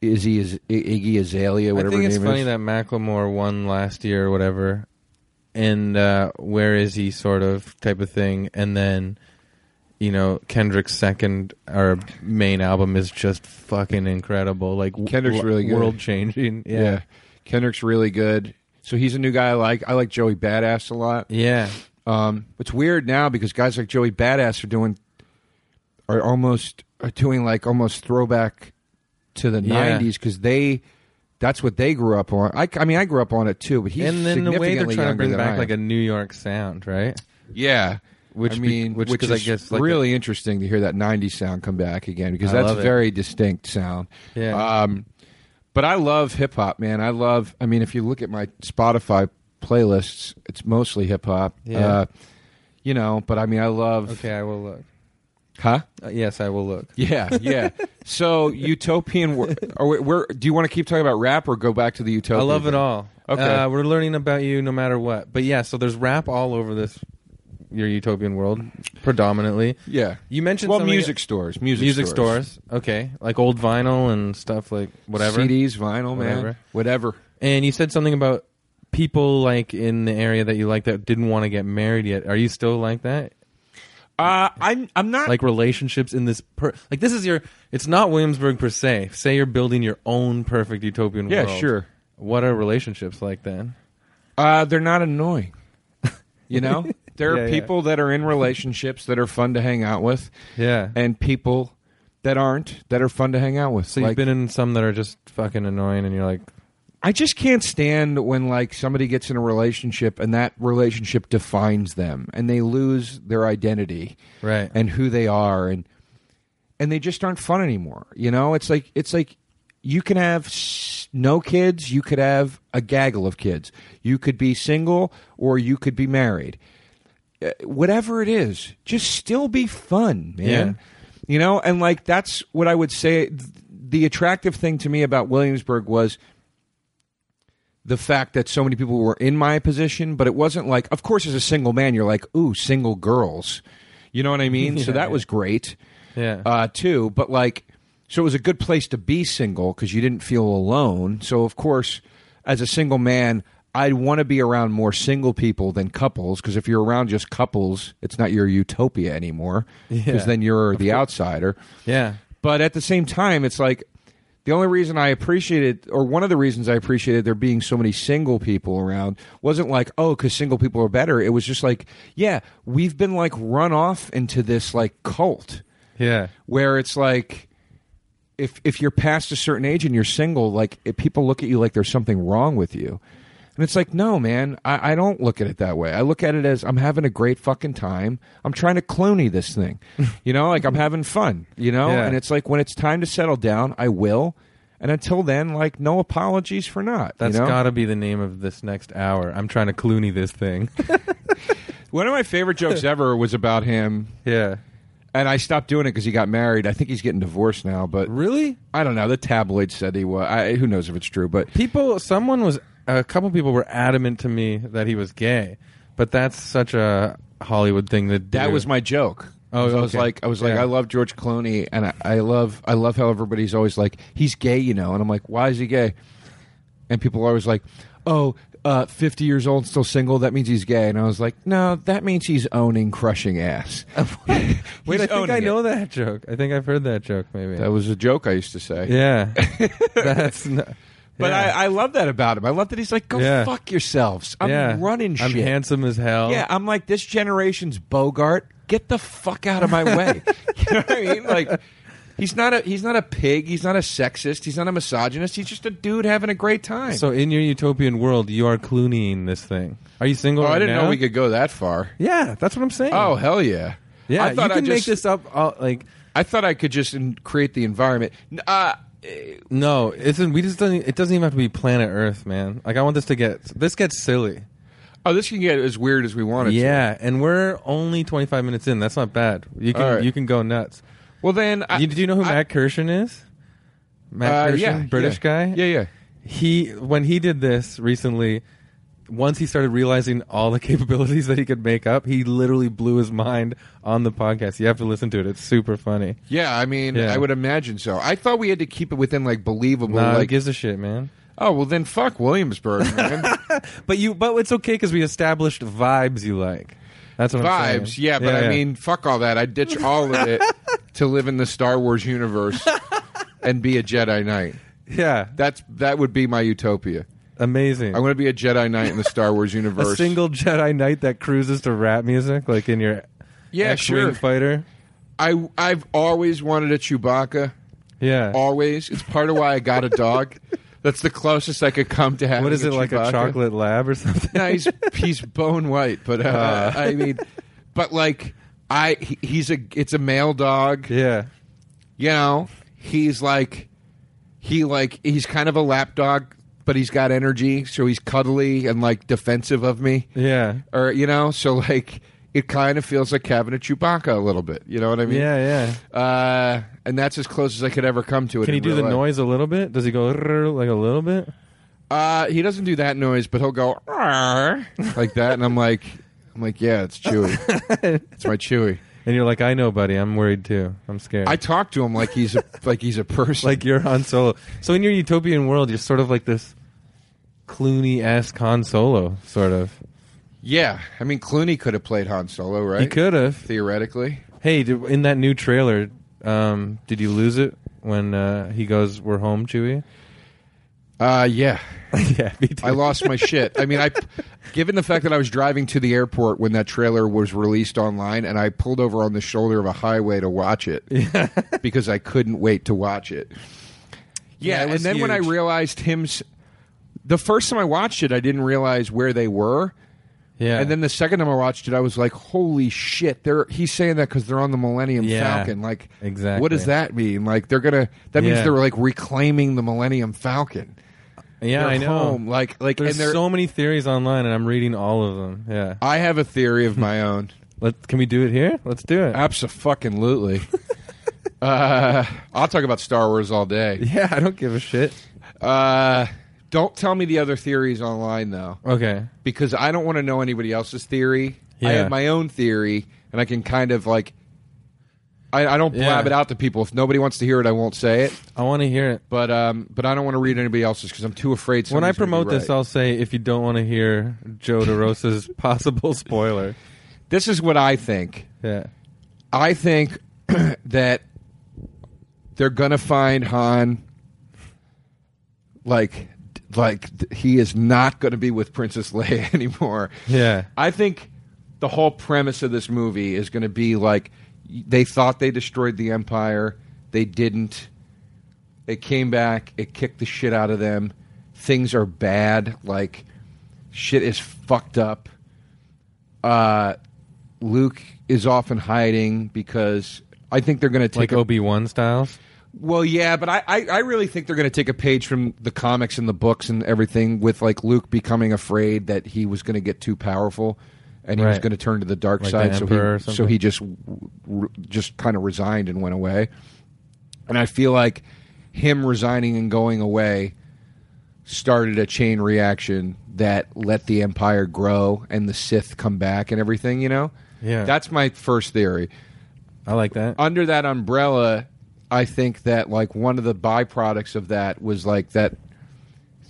Speaker 2: Izzy is I- Iggy Azalea
Speaker 1: I
Speaker 2: whatever
Speaker 1: think
Speaker 2: her
Speaker 1: it's
Speaker 2: name
Speaker 1: funny
Speaker 2: is.
Speaker 1: that Macklemore won last year or whatever, and uh, where is he sort of type of thing, and then you know Kendrick's second or main album is just fucking incredible. Like w-
Speaker 2: Kendrick's really good.
Speaker 1: world changing.
Speaker 2: yeah.
Speaker 1: Yeah.
Speaker 2: Kendrick's really good. So he's a new guy I like. I like Joey Badass a lot.
Speaker 1: yeah,
Speaker 2: Um, it's weird now because guys like Joey Badass are doing are almost are doing like almost throwback to the
Speaker 1: Yeah.
Speaker 2: '90s because they that's what they grew up on. I, I mean, I grew up on it too, but he's
Speaker 1: and then the way they're
Speaker 2: significantly
Speaker 1: trying to
Speaker 2: younger
Speaker 1: bring
Speaker 2: than I
Speaker 1: back
Speaker 2: am.
Speaker 1: like a New York sound, right?
Speaker 2: yeah.
Speaker 1: Which
Speaker 2: I
Speaker 1: be-
Speaker 2: mean,
Speaker 1: which-
Speaker 2: which
Speaker 1: 'cause
Speaker 2: is
Speaker 1: I guess, like,
Speaker 2: really interesting to hear that '90s sound come back again because
Speaker 1: I
Speaker 2: that's
Speaker 1: love
Speaker 2: a
Speaker 1: it.
Speaker 2: very distinct sound.
Speaker 1: Yeah.
Speaker 2: Um, but I love hip hop, man. I love. I mean, if you look at my Spotify playlists, it's mostly hip hop.
Speaker 1: Yeah.
Speaker 2: Uh, you know, but I mean, I love.
Speaker 1: Okay, I will look.
Speaker 2: Huh?
Speaker 1: Uh, yes, I will look.
Speaker 2: Yeah, yeah. so Utopian. wor- Are we, where do you want to keep talking about rap or go back to the
Speaker 1: I
Speaker 2: Utopian?
Speaker 1: love it
Speaker 2: thing?
Speaker 1: all.
Speaker 2: Okay.
Speaker 1: Uh, we're learning about you no matter what. But yeah, so there's rap all over this your utopian world predominantly.
Speaker 2: Yeah.
Speaker 1: You mentioned
Speaker 2: Well,
Speaker 1: something-
Speaker 2: music stores, music,
Speaker 1: music stores. Okay, like old vinyl and stuff like whatever.
Speaker 2: CDs, vinyl, man,
Speaker 1: Whatever.
Speaker 2: whatever.
Speaker 1: And you said something about people like in the area that you like that didn't want to get married yet. Are you still like that?
Speaker 2: Uh, I'm I'm not
Speaker 1: Like relationships in this per like this is your it's not Williamsburg per se. Say you're building your own perfect utopian
Speaker 2: Yeah,
Speaker 1: world.
Speaker 2: sure.
Speaker 1: What are relationships like then?
Speaker 2: Uh, they're not annoying. You know, there are
Speaker 1: Yeah, yeah.
Speaker 2: people that are in relationships that are fun to hang out with,
Speaker 1: Yeah.
Speaker 2: and people that aren't that are fun to hang out with.
Speaker 1: So
Speaker 2: like,
Speaker 1: you've been in some that are just fucking annoying, and you're like,
Speaker 2: I just can't stand when like somebody gets in a relationship and that relationship defines them and they lose their identity
Speaker 1: right,
Speaker 2: and who they are and and they just aren't fun anymore. You know, it's like it's like you can have s- no kids, you could have a gaggle of kids. You could be single or you could be married. Uh, Whatever it is, just still be fun, man. You know, and like that's what I would say th- the attractive thing to me about Williamsburg was the fact that so many people were in my position, but it wasn't like, of course, as a single man, you're like, ooh, single girls. You know what I mean? so that was great.
Speaker 1: Yeah.
Speaker 2: Uh, too, but like, so it was a good place to be single because you didn't feel alone. So, of course, as a single man, I'd want to be around more single people than couples because if you're around just couples, it's not your utopia anymore because
Speaker 1: Yeah.
Speaker 2: then you're the outsider.
Speaker 1: Yeah.
Speaker 2: But at the same time, it's like the only reason I appreciated, or one of the reasons I appreciated there being so many single people around wasn't like, oh, because single people are better. It was just like, yeah, we've been like run off into this like cult
Speaker 1: Yeah.
Speaker 2: where it's like, if if you're past a certain age and you're single, like if people look at you like there's something wrong with you, and it's like, no, man, I, I don't look at it that way. I look at it as I'm having a great fucking time. I'm trying to Clooney this thing, you know, like I'm having fun, you know.
Speaker 1: Yeah.
Speaker 2: And it's like when it's time to settle down, I will. And until then, like no apologies for not.
Speaker 1: That's
Speaker 2: you know?
Speaker 1: got to be the name of this next hour. I'm trying to Clooney this thing.
Speaker 2: One of my favorite jokes ever was about him,
Speaker 1: yeah.
Speaker 2: and I stopped doing it because he got married. I think he's getting divorced now, but
Speaker 1: Really?
Speaker 2: I don't know. The tabloid said he was. I, who knows if it's true? But
Speaker 1: People, someone was, a couple people were adamant to me that he was gay, but that's such a Hollywood thing to do.
Speaker 2: That was my joke.
Speaker 1: Oh,
Speaker 2: I was
Speaker 1: okay.
Speaker 2: like, I was like,
Speaker 1: Yeah.
Speaker 2: I love George Clooney, and I, I love, I love how everybody's always like, he's gay, you know, and I'm like, why is he gay? And people are always like, oh, uh, 50 years old, still single, that means he's gay, and I was like, no, that means he's owning crushing ass.
Speaker 1: Wait,
Speaker 2: He's
Speaker 1: I think
Speaker 2: owning
Speaker 1: I
Speaker 2: it.
Speaker 1: know that joke. I think I've heard that joke maybe.
Speaker 2: That was a joke I used to say.
Speaker 1: yeah. that's. N-
Speaker 2: But
Speaker 1: yeah.
Speaker 2: I, I love that about him. I love that he's like, go
Speaker 1: Yeah.
Speaker 2: fuck yourselves. I'm
Speaker 1: yeah.
Speaker 2: running shit.
Speaker 1: I'm handsome as hell.
Speaker 2: Yeah, I'm like this generation's Bogart. Get the fuck out of my way. you know what I mean? Like he's not a he's not a pig. He's not a sexist. He's not a misogynist. He's just a dude having a great time.
Speaker 1: So in your utopian world, you are Clooneying this thing. Are you single?
Speaker 2: oh, I
Speaker 1: right
Speaker 2: didn't know
Speaker 1: now?
Speaker 2: we could go that far.
Speaker 1: Yeah, that's what I'm saying.
Speaker 2: Oh hell yeah.
Speaker 1: yeah.
Speaker 2: I thought
Speaker 1: you can
Speaker 2: I
Speaker 1: make
Speaker 2: just,
Speaker 1: this up. All, like,
Speaker 2: I thought I could just in, create the environment. N- Uh, eh,
Speaker 1: no, it's we just doesn't. It doesn't even have to be planet Earth, man. Like, I want this to get this gets silly.
Speaker 2: oh, this can get as weird as we want it. to.
Speaker 1: yeah, and we're only 25 minutes in. That's not bad. You can
Speaker 2: All right.
Speaker 1: you can go nuts.
Speaker 2: Well then, I,
Speaker 1: you, do you know who
Speaker 2: I-
Speaker 1: Matt Kirshen is? Matt
Speaker 2: uh,
Speaker 1: Kirshen,
Speaker 2: yeah,
Speaker 1: British
Speaker 2: yeah.
Speaker 1: guy.
Speaker 2: Yeah, yeah.
Speaker 1: he when he did this recently once he started realizing all the capabilities that he could make up he literally blew his mind on the podcast you have to listen to it it's super funny
Speaker 2: Yeah, I mean,
Speaker 1: Yeah.
Speaker 2: I would imagine so. I thought we had to keep it within like believable.
Speaker 1: nah, who
Speaker 2: like,
Speaker 1: gives a shit man
Speaker 2: oh well, then fuck Williamsburg, man.
Speaker 1: but you but it's okay because we established vibes you like that's what I'm
Speaker 2: vibes.
Speaker 1: saying.
Speaker 2: Yeah, but I mean, fuck all that. I ditch all of it to live in the Star Wars universe and be a Jedi Knight.
Speaker 1: yeah
Speaker 2: That's that would be my utopia.
Speaker 1: amazing
Speaker 2: I want to be a Jedi Knight in the Star Wars
Speaker 1: a
Speaker 2: universe.
Speaker 1: single Jedi Knight that cruises to rap music like in your
Speaker 2: yeah,
Speaker 1: X-wing
Speaker 2: sure.
Speaker 1: fighter
Speaker 2: I I've always wanted a Chewbacca.
Speaker 1: yeah
Speaker 2: Always. It's part of why I got a dog. That's the closest I could come to having.
Speaker 1: what is
Speaker 2: a
Speaker 1: it like a
Speaker 2: Chewbacca.
Speaker 1: chocolate lab or something
Speaker 2: No, he's he's bone white, but uh, I mean, but like I he- he's a it's a male dog.
Speaker 1: yeah
Speaker 2: you know, he's like, he like, he's kind of a lapdog, but he's got energy, so he's cuddly and like defensive of me,
Speaker 1: yeah
Speaker 2: or you know, so like, it kind of feels like having a Chewbacca a little bit. You know what I mean?
Speaker 1: yeah yeah
Speaker 2: Uh, and that's as close as I could ever come to it.
Speaker 1: Can he
Speaker 2: in
Speaker 1: do
Speaker 2: real
Speaker 1: the
Speaker 2: life.
Speaker 1: noise a little bit? Does he go "Rrrr," like a little bit?
Speaker 2: Uh, he doesn't do that noise, but he'll go "Arr," like that, and I'm like, I'm like, yeah, it's Chewy. it's my Chewy.
Speaker 1: And you're like, I know, buddy. I'm worried too. I'm scared.
Speaker 2: I talk to him like he's a like he's a person.
Speaker 1: like you're Han Solo. So in your utopian world, you're sort of like this Clooney esque Han Solo, sort of.
Speaker 2: yeah, I mean, Clooney could have played Han Solo, right?
Speaker 1: He could have.
Speaker 2: theoretically.
Speaker 1: Hey, did, in that new trailer, um, did you lose it when uh, he goes, "We're home, Chewie"?
Speaker 2: Uh, yeah,
Speaker 1: yeah, me too.
Speaker 2: I lost my shit. I mean, I, given the fact that I was driving to the airport when that trailer was released online, and I pulled over on the shoulder of a highway to watch it because I couldn't wait to watch it.
Speaker 1: Yeah, it
Speaker 2: Yeah, and
Speaker 1: was
Speaker 2: then when I
Speaker 1: huge.
Speaker 2: realized him's, the first time I watched it, I didn't realize where they were,
Speaker 1: yeah,
Speaker 2: and then the second time I watched it, I was like, "Holy shit!" They're he's saying that because they're on the Millennium
Speaker 1: Yeah,
Speaker 2: Falcon. Like,
Speaker 1: exactly.
Speaker 2: What does that mean? Like, they're gonna. That means
Speaker 1: Yeah.
Speaker 2: they're like reclaiming the Millennium Falcon.
Speaker 1: yeah,
Speaker 2: They're
Speaker 1: I know.
Speaker 2: Home. Like, like,
Speaker 1: There's
Speaker 2: and they're,
Speaker 1: so many theories online, and I'm reading all of them. Yeah,
Speaker 2: I have a theory of my own.
Speaker 1: let can we do it here? Let's do it.
Speaker 2: Absolutely. uh, I'll talk about Star Wars all day.
Speaker 1: yeah, I don't give a shit.
Speaker 2: Uh, Don't tell me the other theories online though,
Speaker 1: Okay.
Speaker 2: because I don't want to know anybody else's theory. I
Speaker 1: Yeah.
Speaker 2: have my own theory, and I can kind of like, I, I don't blab
Speaker 1: Yeah.
Speaker 2: it out to people. If nobody wants to hear it, I won't say it.
Speaker 1: I want to hear it.
Speaker 2: But um, but I don't want to read anybody else's because I'm too afraid.
Speaker 1: When I
Speaker 2: somebody's gonna be
Speaker 1: promote this,
Speaker 2: right.
Speaker 1: I'll say if you don't want to hear Joe DeRosa's possible spoiler.
Speaker 2: this is what I think.
Speaker 1: Yeah.
Speaker 2: I think that they're gonna find Han. Like, like he is not gonna be with Princess Leia anymore.
Speaker 1: Yeah.
Speaker 2: I think the whole premise of this movie is gonna be like they thought they destroyed the Empire, they didn't. It came back. It kicked the shit out of them. Things are bad. Like shit is fucked up. Uh, Luke is off in hiding because I think they're going to
Speaker 1: Like
Speaker 2: take a,
Speaker 1: Obi Wan styles.
Speaker 2: well, yeah, but I, I, I really think they're going to take a page from the comics and the books and everything with like Luke becoming afraid that he was going to get too powerful and he was
Speaker 1: Right.
Speaker 2: going to turn to the dark
Speaker 1: Like
Speaker 2: side.
Speaker 1: the
Speaker 2: so
Speaker 1: Emperor or
Speaker 2: he, so
Speaker 1: something?
Speaker 2: he just w- w- just kind of resigned and went away. And I feel like him resigning and going away started a chain reaction that let the Empire grow and the Sith come back and everything. You know,
Speaker 1: Yeah.
Speaker 2: that's my first theory
Speaker 1: I like that.
Speaker 2: under that umbrella, I think that like one of the byproducts of that was like that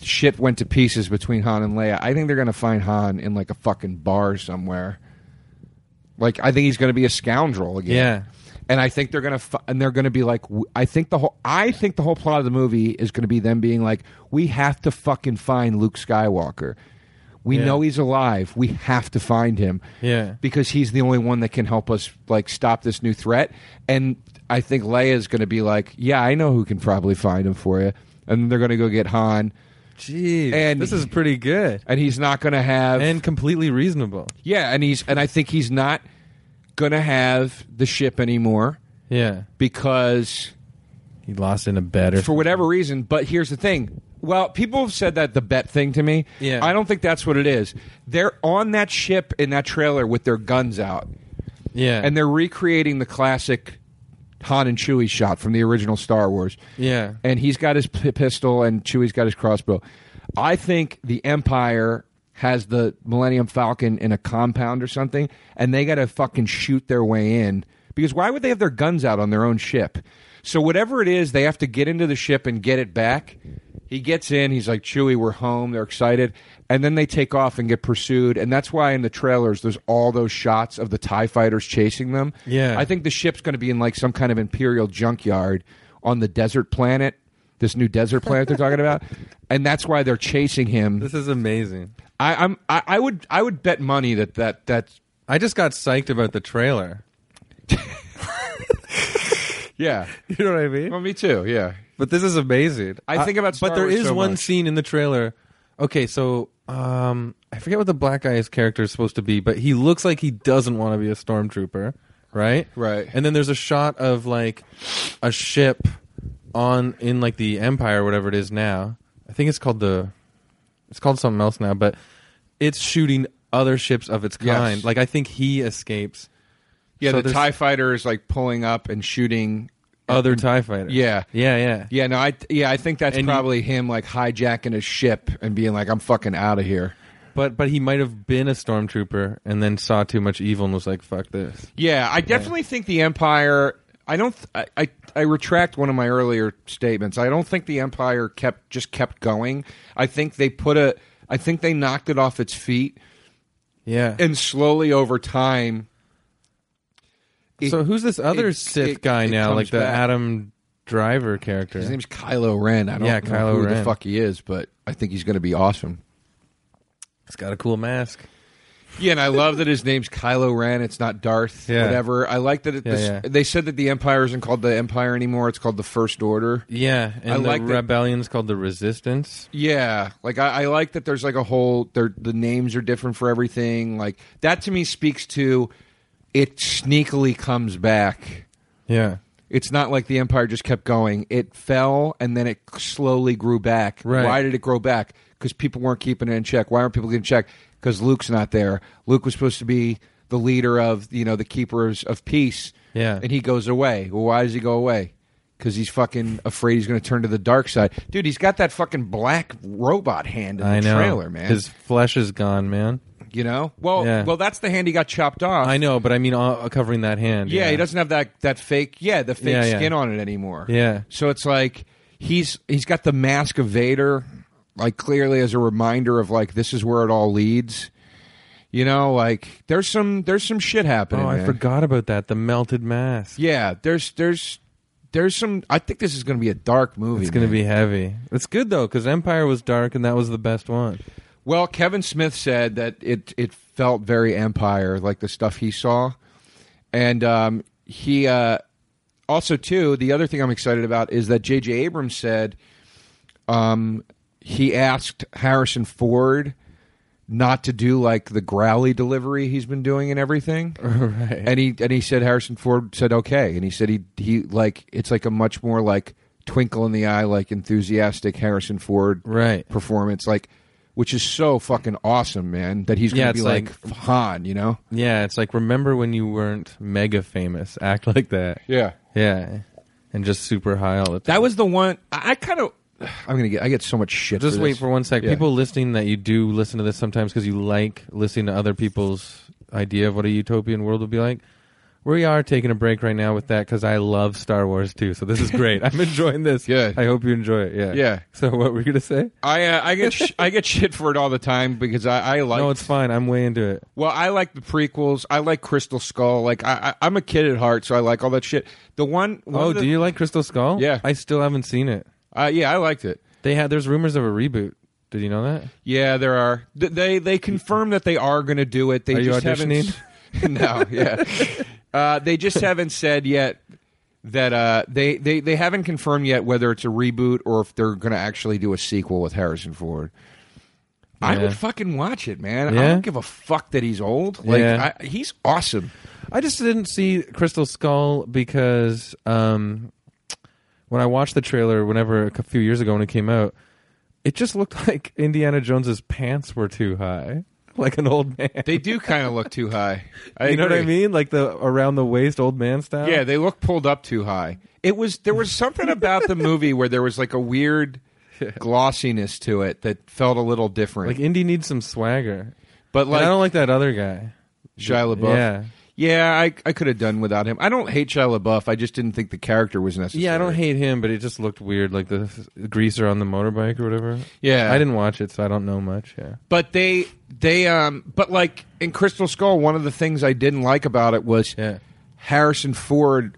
Speaker 2: shit went to pieces between Han and Leia. I think they're gonna find Han in like a fucking bar somewhere. Like I think he's gonna be a scoundrel again.
Speaker 1: Yeah.
Speaker 2: And I think they're gonna fi- and they're gonna be like w- I think the whole I think the whole plot of the movie is gonna be them being like we have to fucking find Luke Skywalker. We
Speaker 1: Yeah.
Speaker 2: know he's alive. We have to find him
Speaker 1: Yeah.
Speaker 2: because he's the only one that can help us like stop this new threat. And I think Leia is going to be like, "Yeah, I know who can probably find him for you." And they're going to go get Han,
Speaker 1: Jeez.
Speaker 2: And-
Speaker 1: this is pretty good.
Speaker 2: and he's not going to have
Speaker 1: And completely reasonable.
Speaker 2: yeah, and he's and I think he's not going to have the ship anymore
Speaker 1: Yeah.
Speaker 2: because
Speaker 1: He lost in a better.
Speaker 2: for whatever reason. But here's the thing. Well, people have said that the bet thing to me.
Speaker 1: Yeah.
Speaker 2: I don't think that's what it is. They're on that ship in that trailer with their guns out.
Speaker 1: yeah.
Speaker 2: and they're recreating the classic Han and Chewie shot from the original Star Wars.
Speaker 1: Yeah.
Speaker 2: And he's got his p- pistol and Chewie's got his crossbow. I think the Empire has the Millennium Falcon in a compound or something, and they got to fucking shoot their way in because why would they have their guns out on their own ship? So whatever it is, they have to get into the ship and get it back. He gets in. He's like, "Chewie, we're home." They're excited, and then they take off and get pursued. And that's why in the trailers, there's all those shots of the Tie fighters chasing them.
Speaker 1: Yeah.
Speaker 2: I think the ship's going to be in like some kind of imperial junkyard on the desert planet. This new desert planet they're talking about, and that's why they're chasing him.
Speaker 1: this is amazing.
Speaker 2: I, I'm I, I would I would bet money that that that's
Speaker 1: I just got psyched about the trailer.
Speaker 2: yeah.
Speaker 1: You know what I mean?
Speaker 2: Well, me too. Yeah.
Speaker 1: But this is amazing.
Speaker 2: I think about Star
Speaker 1: but there
Speaker 2: Wars
Speaker 1: is
Speaker 2: so
Speaker 1: one
Speaker 2: much.
Speaker 1: scene in the trailer. Okay, so um, I forget what the black guy's character is supposed to be, but he looks like he doesn't want to be a stormtrooper, right?
Speaker 2: Right.
Speaker 1: And then there's a shot of like a ship on in like the Empire, whatever it is now. I think it's called the. It's called something else now, but it's shooting other ships of its
Speaker 2: Yes.
Speaker 1: kind. Like I think he escapes
Speaker 2: Yeah,
Speaker 1: So
Speaker 2: the
Speaker 1: there's-
Speaker 2: Tie fighter is like pulling up and shooting.
Speaker 1: other Tie fighters.
Speaker 2: Yeah.
Speaker 1: yeah, yeah.
Speaker 2: Yeah, no, I yeah, I think that's
Speaker 1: And you-
Speaker 2: probably him like hijacking a ship and being like, "I'm fucking out of here."
Speaker 1: But but he might have been a stormtrooper and then saw too much evil and was like, "Fuck this."
Speaker 2: Yeah, I definitely think the Empire. I don't. th- I, I I retract one of my earlier statements. I don't think the Empire kept just kept going. I think they put a. I think they knocked it off its feet,
Speaker 1: Yeah.
Speaker 2: and slowly over time. it-
Speaker 1: so who's this other
Speaker 2: it-
Speaker 1: Sith
Speaker 2: it-
Speaker 1: guy
Speaker 2: it
Speaker 1: now?
Speaker 2: comes
Speaker 1: Like the
Speaker 2: back.
Speaker 1: Adam Driver character.
Speaker 2: His name's Kylo Ren. I don't
Speaker 1: Yeah,
Speaker 2: know
Speaker 1: Kylo
Speaker 2: who the
Speaker 1: Ren.
Speaker 2: fuck he is, but I think he's going to be awesome.
Speaker 1: He's got a cool mask.
Speaker 2: Yeah, and I love that his name's Kylo Ren. It's not Darth.
Speaker 1: Yeah.
Speaker 2: Whatever. I like that. It,
Speaker 1: Yeah,
Speaker 2: this-
Speaker 1: yeah.
Speaker 2: They said that the Empire isn't called the Empire anymore. It's called the First Order.
Speaker 1: Yeah, and
Speaker 2: I
Speaker 1: the
Speaker 2: like that-
Speaker 1: rebellion's called the Resistance.
Speaker 2: Yeah, like I, I like that. There's like a whole. There, the names are different for everything. Like that to me speaks to it. Sneakily comes back.
Speaker 1: Yeah.
Speaker 2: It's not like the empire just kept going. It fell and then it slowly grew back.
Speaker 1: Right.
Speaker 2: Why did it grow back? Because people weren't keeping it in check. Why aren't people getting checked? Because Luke's not there. Luke was supposed to be the leader of you know the keepers of peace.
Speaker 1: Yeah.
Speaker 2: and he goes away. Well, why does he go away? because he's fucking afraid he's going to turn to the dark side. Dude, he's got that fucking black robot hand in
Speaker 1: I
Speaker 2: the
Speaker 1: know.
Speaker 2: trailer, man.
Speaker 1: His flesh is gone, man.
Speaker 2: you know? Well,
Speaker 1: Yeah.
Speaker 2: well, that's the hand he got chopped off.
Speaker 1: I know, but I mean, uh, covering that hand.
Speaker 2: yeah, he doesn't have that that fake, yeah, the fake
Speaker 1: Yeah, yeah.
Speaker 2: skin on it anymore.
Speaker 1: Yeah.
Speaker 2: So it's like he's he's got the mask of Vader, like clearly as a reminder of like this is where it all leads. You know, like there's some there's some shit
Speaker 1: Oh,
Speaker 2: happening.
Speaker 1: I
Speaker 2: man.
Speaker 1: forgot about that. The melted mask.
Speaker 2: Yeah, there's there's there's some. I think this is going to be a dark movie.
Speaker 1: It's going to be
Speaker 2: man.
Speaker 1: heavy. It's good though because Empire was dark and that was the best one.
Speaker 2: Well, Kevin Smith said that it it felt very Empire, like the stuff he saw, and um, he uh, also too. The other thing I'm excited about is that J.J. Abrams said um, he asked Harrison Ford not to do like the growly delivery he's been doing and everything.
Speaker 1: right.
Speaker 2: And he and he said Harrison Ford said okay, and he said he he like it's like a much more like twinkle in the eye, like enthusiastic Harrison Ford
Speaker 1: Right.
Speaker 2: performance, like which is so fucking awesome, man. That he's gonna
Speaker 1: Yeah,
Speaker 2: be
Speaker 1: it's
Speaker 2: like, Han, you know?
Speaker 1: Yeah, it's like remember when you weren't mega famous. Act like that.
Speaker 2: Yeah,
Speaker 1: Yeah. And just super high all the time.
Speaker 2: that was the one. I, I kind of I'm gonna get I get so much shit.
Speaker 1: just
Speaker 2: for
Speaker 1: wait
Speaker 2: this.
Speaker 1: for one sec.
Speaker 2: Yeah.
Speaker 1: People listening that you do listen to this sometimes because you like listening to other people's idea of what a utopian world would be like. We are taking a break right now with that because I love Star Wars too. So this is great. I'm enjoying this.
Speaker 2: Good.
Speaker 1: I hope you enjoy it. Yeah.
Speaker 2: Yeah.
Speaker 1: So what were you gonna say?
Speaker 2: I uh, I get sh- I get shit for it all the time because I I like
Speaker 1: No, it's fine. I'm way into it.
Speaker 2: Well, I like the prequels. I like Crystal Skull. Like I, I I'm a kid at heart, so I like all that shit. The one, one
Speaker 1: Oh,
Speaker 2: of the,
Speaker 1: do you like Crystal Skull?
Speaker 2: Yeah.
Speaker 1: I still haven't seen it.
Speaker 2: Uh, yeah, I liked it.
Speaker 1: They had there's rumors of a reboot. Did you know that?
Speaker 2: Yeah, there are. Th- They they confirm that they are going to do it. They
Speaker 1: Are you
Speaker 2: just haven't. no, yeah. Uh, they just haven't said yet that uh, they, they they haven't confirmed yet whether it's a reboot or if they're going to actually do a sequel with Harrison Ford. I
Speaker 1: Yeah.
Speaker 2: would fucking watch it, man. I
Speaker 1: Yeah?
Speaker 2: don't give a fuck that he's old. Like
Speaker 1: Yeah.
Speaker 2: I, he's awesome.
Speaker 1: I just didn't see Crystal Skull because um, when I watched the trailer, whenever a few years ago when it came out, it just looked like Indiana Jones's pants were too high, like an old man.
Speaker 2: They do kind of look too high. I
Speaker 1: you know what I
Speaker 2: agree.
Speaker 1: mean? Like the around the waist old man style.
Speaker 2: Yeah, they look pulled up too high. It was there was something about the movie where there was like a weird glossiness to it that felt a little different.
Speaker 1: Like Indy needs some swagger.
Speaker 2: but
Speaker 1: and I don't
Speaker 2: like
Speaker 1: like that other guy.
Speaker 2: Shia LaBeouf,
Speaker 1: Yeah.
Speaker 2: yeah, I I could have done without him. I don't hate Shia LaBeouf. I just didn't think the character was necessary.
Speaker 1: Yeah, I don't hate him, but it just looked weird, like the greaser on the motorbike or whatever.
Speaker 2: Yeah,
Speaker 1: I didn't watch it, so I don't know much. Yeah.
Speaker 2: But they they um. But like in Crystal Skull, one of the things I didn't like about it was
Speaker 1: Yeah.
Speaker 2: Harrison Ford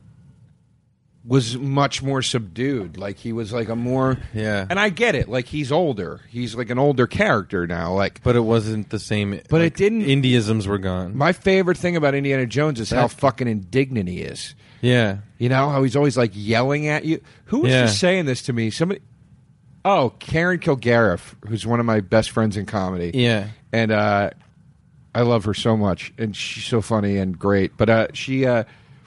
Speaker 2: was much more subdued. Like he was like a more
Speaker 1: Yeah.
Speaker 2: And I get it. Like he's older. He's like an older character now. Like
Speaker 1: But it wasn't the same.
Speaker 2: But it didn't-
Speaker 1: Indiisms were gone.
Speaker 2: my favorite thing about Indiana Jones is how
Speaker 1: That-
Speaker 2: fucking indignant he is.
Speaker 1: Yeah.
Speaker 2: You know how he's always like yelling at you. Who was
Speaker 1: Yeah.
Speaker 2: just saying this to me? Somebody. Oh, Karen Kilgariff, who's one of my best friends in comedy.
Speaker 1: Yeah.
Speaker 2: and uh, I love her so much, and she's so funny and great. But uh, she, uh,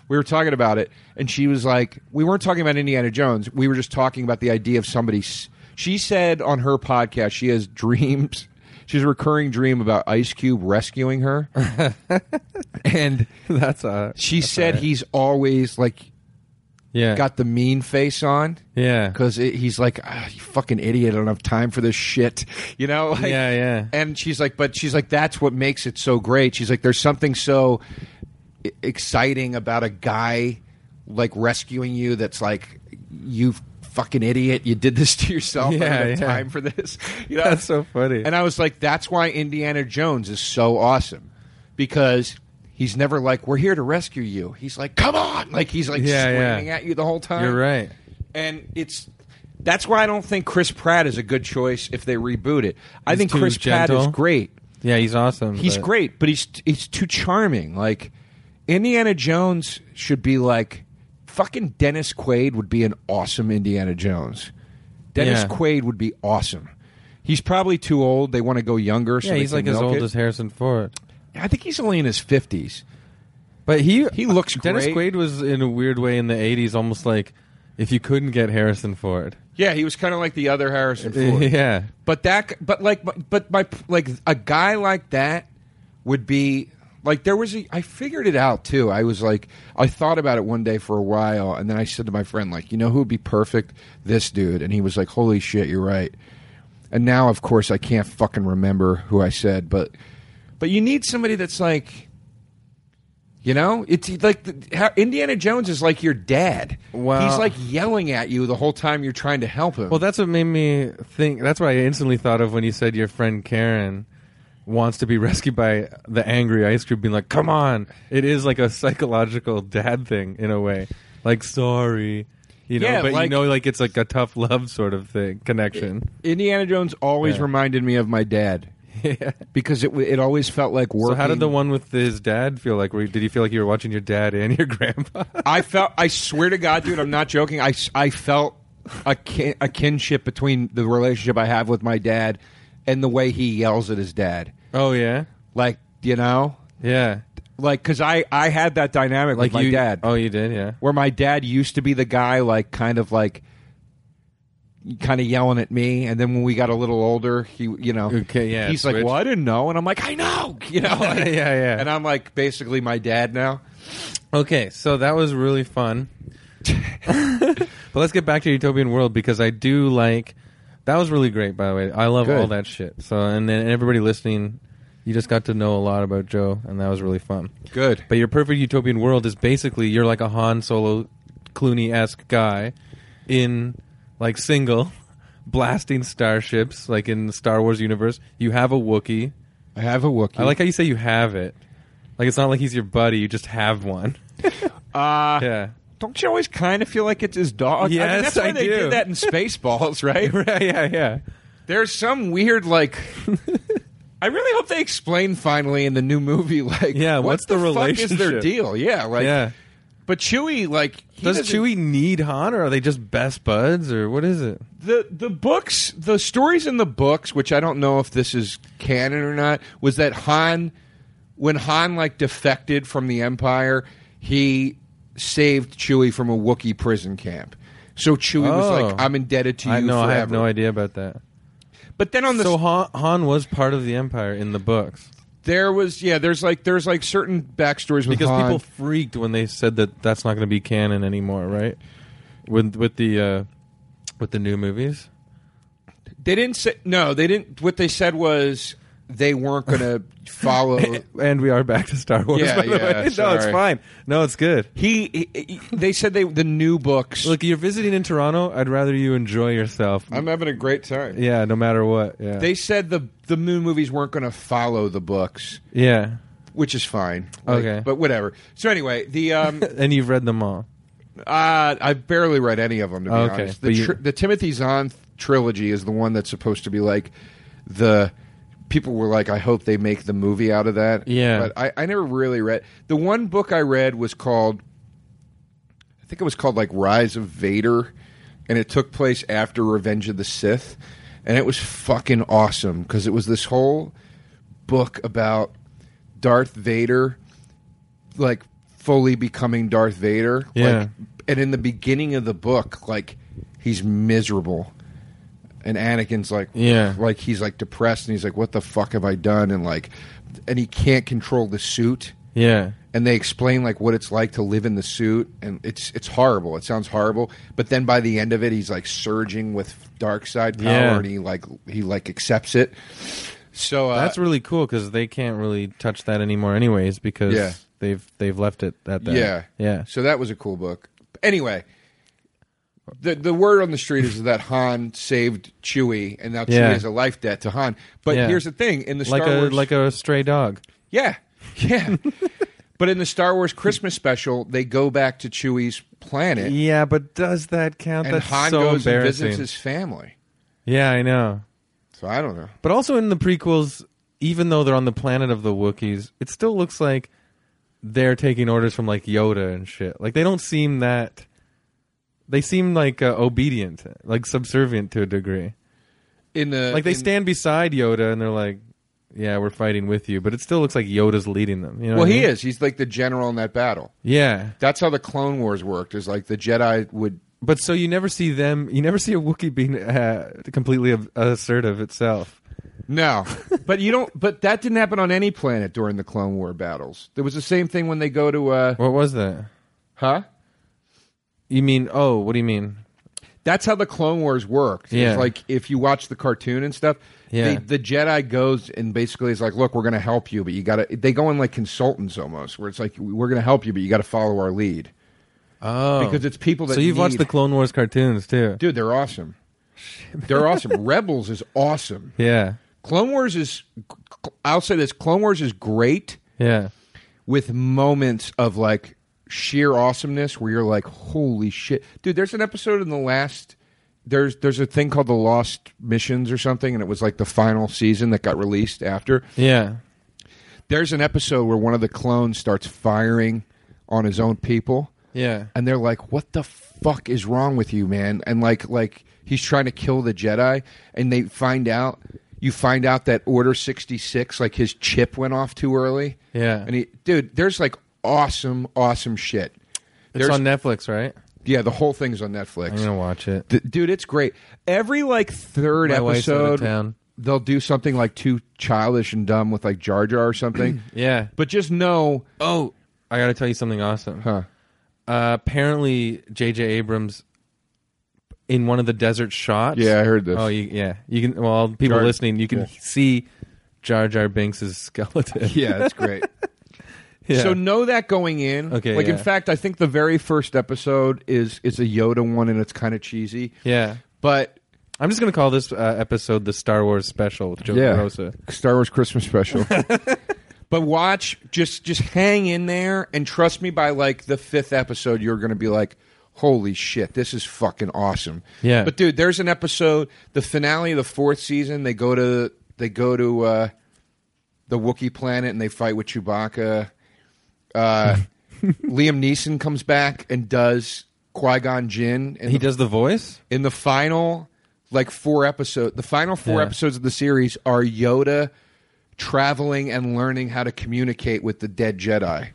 Speaker 2: we were talking about it, and she was like, "We weren't talking about Indiana Jones. We were just talking about the idea of somebody." s- She said on her podcast she has dreams. She has a recurring dream about Ice Cube rescuing her, and
Speaker 1: That's uh
Speaker 2: she said he's always like
Speaker 1: yeah.
Speaker 2: got the mean face on.
Speaker 1: yeah.
Speaker 2: Because he's like, ah, you fucking idiot! I don't have time for this shit, you know. Like,
Speaker 1: yeah, yeah.
Speaker 2: and she's like, but she's like, that's what makes it so great. She's like, there's something so e- exciting about a guy like rescuing you that's like, you fucking idiot, you did this to yourself. I
Speaker 1: Yeah,
Speaker 2: don't have
Speaker 1: yeah.
Speaker 2: time for this. You know?
Speaker 1: That's so funny.
Speaker 2: and I was like, that's why Indiana Jones is so awesome because he's never like, we're here to rescue you. He's like, come on. Like, he's like
Speaker 1: Yeah, yeah.
Speaker 2: screaming at you the whole time.
Speaker 1: You're right.
Speaker 2: And it's that's why I don't think Chris Pratt is a good choice if they reboot it. I
Speaker 1: He's
Speaker 2: think
Speaker 1: too
Speaker 2: Chris Pratt is
Speaker 1: gentle.
Speaker 2: great.
Speaker 1: Yeah, he's awesome.
Speaker 2: He's
Speaker 1: but-
Speaker 2: great, but he's he's too charming. Like Indiana Jones should be like fucking Dennis Quaid would be an awesome Indiana Jones. Dennis
Speaker 1: Yeah.
Speaker 2: Quaid would be awesome. He's probably too old. They want to go younger. So
Speaker 1: Yeah,
Speaker 2: they
Speaker 1: he's
Speaker 2: can
Speaker 1: like as
Speaker 2: milk
Speaker 1: old
Speaker 2: it.
Speaker 1: as Harrison Ford.
Speaker 2: I think he's only in his fifties.
Speaker 1: But he
Speaker 2: He looks
Speaker 1: Dennis
Speaker 2: great.
Speaker 1: Quaid was in a weird way in the 80s almost like if you couldn't get Harrison Ford.
Speaker 2: Yeah, he was kind of like the other Harrison
Speaker 1: Uh, yeah.
Speaker 2: But that, but like, but my, like a guy like that would be Like there was a I figured it out too. I was like I thought about it one day for a while and then I said to my friend like, "You know who would be perfect? This dude." And he was like, "Holy shit, you're right." And now of course I can't fucking remember who I said, but but you need somebody that's like you know, it's like the, how, Indiana Jones is like your dad.
Speaker 1: Well-
Speaker 2: He's like yelling at you the whole time you're trying to help him.
Speaker 1: Well, that's what made me think. That's what I instantly thought of when you said your friend Karen wants to be rescued by the angry ice cube, being like, "Come on!" It is like a psychological dad thing in a way, like sorry, you know.
Speaker 2: Yeah,
Speaker 1: but you
Speaker 2: like-
Speaker 1: know, like it's like a tough love sort of thing connection.
Speaker 2: Indiana Jones always
Speaker 1: Yeah.
Speaker 2: reminded me of my dad
Speaker 1: yeah.
Speaker 2: because it w- it always felt like working.
Speaker 1: So how did the one with his dad feel like? Were you, did you feel like you were watching your dad and your grandpa?
Speaker 2: I felt? I swear to God, dude, I'm not joking. I, s- I felt a kin- a kinship between the relationship I have with my dad and the way he yells at his dad.
Speaker 1: oh yeah,
Speaker 2: Like you know,
Speaker 1: yeah.
Speaker 2: like because I I had that dynamic
Speaker 1: Like
Speaker 2: with my
Speaker 1: you,
Speaker 2: dad.
Speaker 1: Oh, you did, yeah.
Speaker 2: where my dad used to be the guy like kind of like kind of yelling at me and then when we got a little older he you know
Speaker 1: Okay, yeah,
Speaker 2: he's like
Speaker 1: switch.
Speaker 2: well i didn't know and i'm like i know you know like-
Speaker 1: Yeah, yeah.
Speaker 2: and i'm like basically my dad now
Speaker 1: Okay, so that was really fun. but let's get back to Utopian World because I do like that was really great by the way. I love
Speaker 2: Good.
Speaker 1: all that shit. So and then everybody listening, you just got to know a lot about Joe and that was really fun.
Speaker 2: good
Speaker 1: But your perfect utopian world is basically you're like a Han Solo Clooney esque guy in like single blasting starships like in the Star Wars universe. You have a Wookiee.
Speaker 2: i have a wookie
Speaker 1: I like how you say you have it. Like it's not like he's your buddy, you just have one.
Speaker 2: uh
Speaker 1: Yeah.
Speaker 2: don't you always kind of feel like it's his dog I mean,
Speaker 1: Yes,
Speaker 2: that's why
Speaker 1: I
Speaker 2: they
Speaker 1: do.
Speaker 2: did that in spaceballs right
Speaker 1: Right, yeah, yeah.
Speaker 2: there's some weird like I really hope they explain finally in the new movie, like,
Speaker 1: Yeah,
Speaker 2: what
Speaker 1: what's the
Speaker 2: Fuck is their
Speaker 1: relationship?
Speaker 2: deal? Yeah, like,
Speaker 1: yeah.
Speaker 2: But Chewie, like, he
Speaker 1: Does
Speaker 2: doesn't-
Speaker 1: Chewie need Han, or are they just best buds, or what is it?
Speaker 2: the the books, the stories in the books, which I don't know if this is canon or not, was that Han, when Han like defected from the Empire, he saved Chewie from a Wookiee prison camp. So Chewie was
Speaker 1: Oh.
Speaker 2: like, "I'm indebted to you
Speaker 1: I know
Speaker 2: forever."
Speaker 1: I have no idea about that.
Speaker 2: But then on the
Speaker 1: So Han, Han was part of the Empire in the books
Speaker 2: there was yeah, there's like there's like certain backstories with
Speaker 1: because
Speaker 2: Han.
Speaker 1: people freaked when they said that that's not going to be canon anymore, right? With with the uh, with the new movies.
Speaker 2: They didn't say no. They didn't. What they said was they weren't going to follow.
Speaker 1: And we are back to Star Wars.
Speaker 2: Eh. Yeah,
Speaker 1: by the
Speaker 2: yeah,
Speaker 1: way. No, it's
Speaker 2: sorry.
Speaker 1: fine. No, it's good.
Speaker 2: He, he, he- they said they the new books.
Speaker 1: Look, you're visiting in Toronto. I'd rather you enjoy yourself.
Speaker 2: I'm having a great time.
Speaker 1: yeah, no matter what. Yeah,
Speaker 2: They said the the moon movies weren't going to follow the books,
Speaker 1: yeah.
Speaker 2: which is fine.
Speaker 1: Okay.
Speaker 2: but whatever. So anyway, the um,
Speaker 1: And you've read them all.
Speaker 2: uh, I barely read any of them to be
Speaker 1: Okay,
Speaker 2: honest.
Speaker 1: but
Speaker 2: The,
Speaker 1: you-
Speaker 2: tri- the Timothy Zahn th- trilogy is the one that's supposed to be like the people were like, I hope they make the movie out of that.
Speaker 1: Yeah.
Speaker 2: but I, I never really read. The one book I read was called, I think it was called like Rise of Vader, and it took place after Revenge of the Sith, and it was fucking awesome because it was this whole book about Darth Vader, like fully becoming Darth Vader.
Speaker 1: Yeah.
Speaker 2: Like, and in the beginning of the book, like he's miserable. And Anakin's like,
Speaker 1: Yeah.
Speaker 2: like he's like depressed, and he's like, "What the fuck have I done?" And like, and he can't control the suit.
Speaker 1: Yeah,
Speaker 2: And they explain like what it's like to live in the suit, and it's it's horrible. It sounds horrible, but then by the end of it, he's like surging with dark side power,
Speaker 1: Yeah.
Speaker 2: and he like he like accepts it. So uh,
Speaker 1: That's really cool because they can't really touch that anymore, anyways, because
Speaker 2: Yeah.
Speaker 1: they've they've left it at that.
Speaker 2: Yeah,
Speaker 1: yeah.
Speaker 2: So that was a cool book. Anyway, the the word on the street is that Han saved Chewie, and now
Speaker 1: Yeah.
Speaker 2: Chewie is a life debt to Han. But
Speaker 1: Yeah.
Speaker 2: here's the thing: in the
Speaker 1: Like
Speaker 2: Star
Speaker 1: a
Speaker 2: Wars,
Speaker 1: like a stray dog.
Speaker 2: yeah, yeah. but in the Star Wars Christmas special, they go back to Chewie's planet,
Speaker 1: Yeah, but does that count?
Speaker 2: and
Speaker 1: That's
Speaker 2: Han
Speaker 1: so
Speaker 2: goes and
Speaker 1: embarrassing.
Speaker 2: visits his family.
Speaker 1: yeah, I know.
Speaker 2: So I don't know.
Speaker 1: But also in the prequels, even though they're on the planet of the Wookiees, it still looks like they're taking orders from like Yoda and shit. Like they don't seem that. They seem like uh, obedient, like subservient to a degree.
Speaker 2: In the
Speaker 1: Like they
Speaker 2: in-
Speaker 1: stand beside Yoda and they're like, "Yeah, we're fighting with you," but it still looks like Yoda's leading them. You know
Speaker 2: Well,
Speaker 1: what I
Speaker 2: he
Speaker 1: mean?
Speaker 2: is. He's like the general in that battle.
Speaker 1: Yeah,
Speaker 2: That's how the Clone Wars worked. Is like the Jedi would
Speaker 1: but so you never see them. You never see a Wookiee being uh, completely ab- assertive itself.
Speaker 2: No, but you don't. But that didn't happen on any planet during the Clone War battles. There was the same thing when they go to, uh,
Speaker 1: What was that?
Speaker 2: huh?
Speaker 1: You mean? Oh, what do you mean?
Speaker 2: That's how the Clone Wars worked.
Speaker 1: Yeah.
Speaker 2: It's like if you watch the cartoon and stuff,
Speaker 1: Yeah.
Speaker 2: the, the Jedi goes and basically is like, "Look, we're going to help you, but you got to." They go in like consultants almost, where it's like, "We're going to help you, but you got to follow our lead."
Speaker 1: Oh,
Speaker 2: Because it's people that
Speaker 1: so you've watched
Speaker 2: need-
Speaker 1: the Clone Wars cartoons too.
Speaker 2: Dude, they're awesome. They're awesome. Rebels is awesome.
Speaker 1: Yeah,
Speaker 2: Clone Wars is. I'll say this: Clone Wars is great
Speaker 1: yeah,
Speaker 2: with moments of like sheer awesomeness where you're like, holy shit. Dude, there's an episode in the last there's there's a thing called the Lost Missions or something, and it was like the final season that got released after.
Speaker 1: yeah.
Speaker 2: There's an episode where one of the clones starts firing on his own people
Speaker 1: Yeah.
Speaker 2: and they're like, "What the fuck is wrong with you, man?" And like, like he's trying to kill the Jedi, and they find out. You find out that Order sixty six, like his chip went off too early.
Speaker 1: Yeah.
Speaker 2: and he, dude, there's like awesome, awesome shit.
Speaker 1: It's
Speaker 2: There's,
Speaker 1: on Netflix, right?
Speaker 2: yeah, the whole thing's on Netflix.
Speaker 1: I'm gonna watch it.
Speaker 2: D- dude, it's great. Every like third
Speaker 1: My wife's out of
Speaker 2: episode,
Speaker 1: town.
Speaker 2: they'll do something like too childish and dumb with like Jar Jar or something.
Speaker 1: Yeah.
Speaker 2: but just know,
Speaker 1: Oh, I gotta tell you something awesome.
Speaker 2: huh?
Speaker 1: Uh, apparently, J.J. Abrams in one of the desert shots.
Speaker 2: Yeah, I heard this.
Speaker 1: Oh, you, yeah. You can. Well, people
Speaker 2: Jar-
Speaker 1: listening, you can
Speaker 2: yeah.
Speaker 1: see Jar Jar Binks' skeleton.
Speaker 2: yeah, that's great.
Speaker 1: Yeah.
Speaker 2: So know that going in.
Speaker 1: Okay,
Speaker 2: Like in
Speaker 1: yeah.
Speaker 2: fact, I think the very first episode is is a Yoda one, and it's kind of cheesy.
Speaker 1: yeah.
Speaker 2: But
Speaker 1: I'm just gonna call this uh, episode the Star Wars special with Joe
Speaker 2: yeah,
Speaker 1: Rosa.
Speaker 2: Star Wars Christmas special. but watch, just just hang in there, and trust me. By like the fifth episode, you're going to be like, "Holy shit, this is fucking awesome!"
Speaker 1: Yeah.
Speaker 2: But dude, there's an episode, the finale of the fourth season. They go to they go to uh, the Wookiee planet and they fight with Chewbacca. Uh, Liam Neeson comes back and does Qui Gon Jinn, and
Speaker 1: He does the voice.
Speaker 2: in the final like four episode the final four
Speaker 1: Yeah.
Speaker 2: episodes of the series are Yoda traveling and learning how to communicate with the dead Jedi.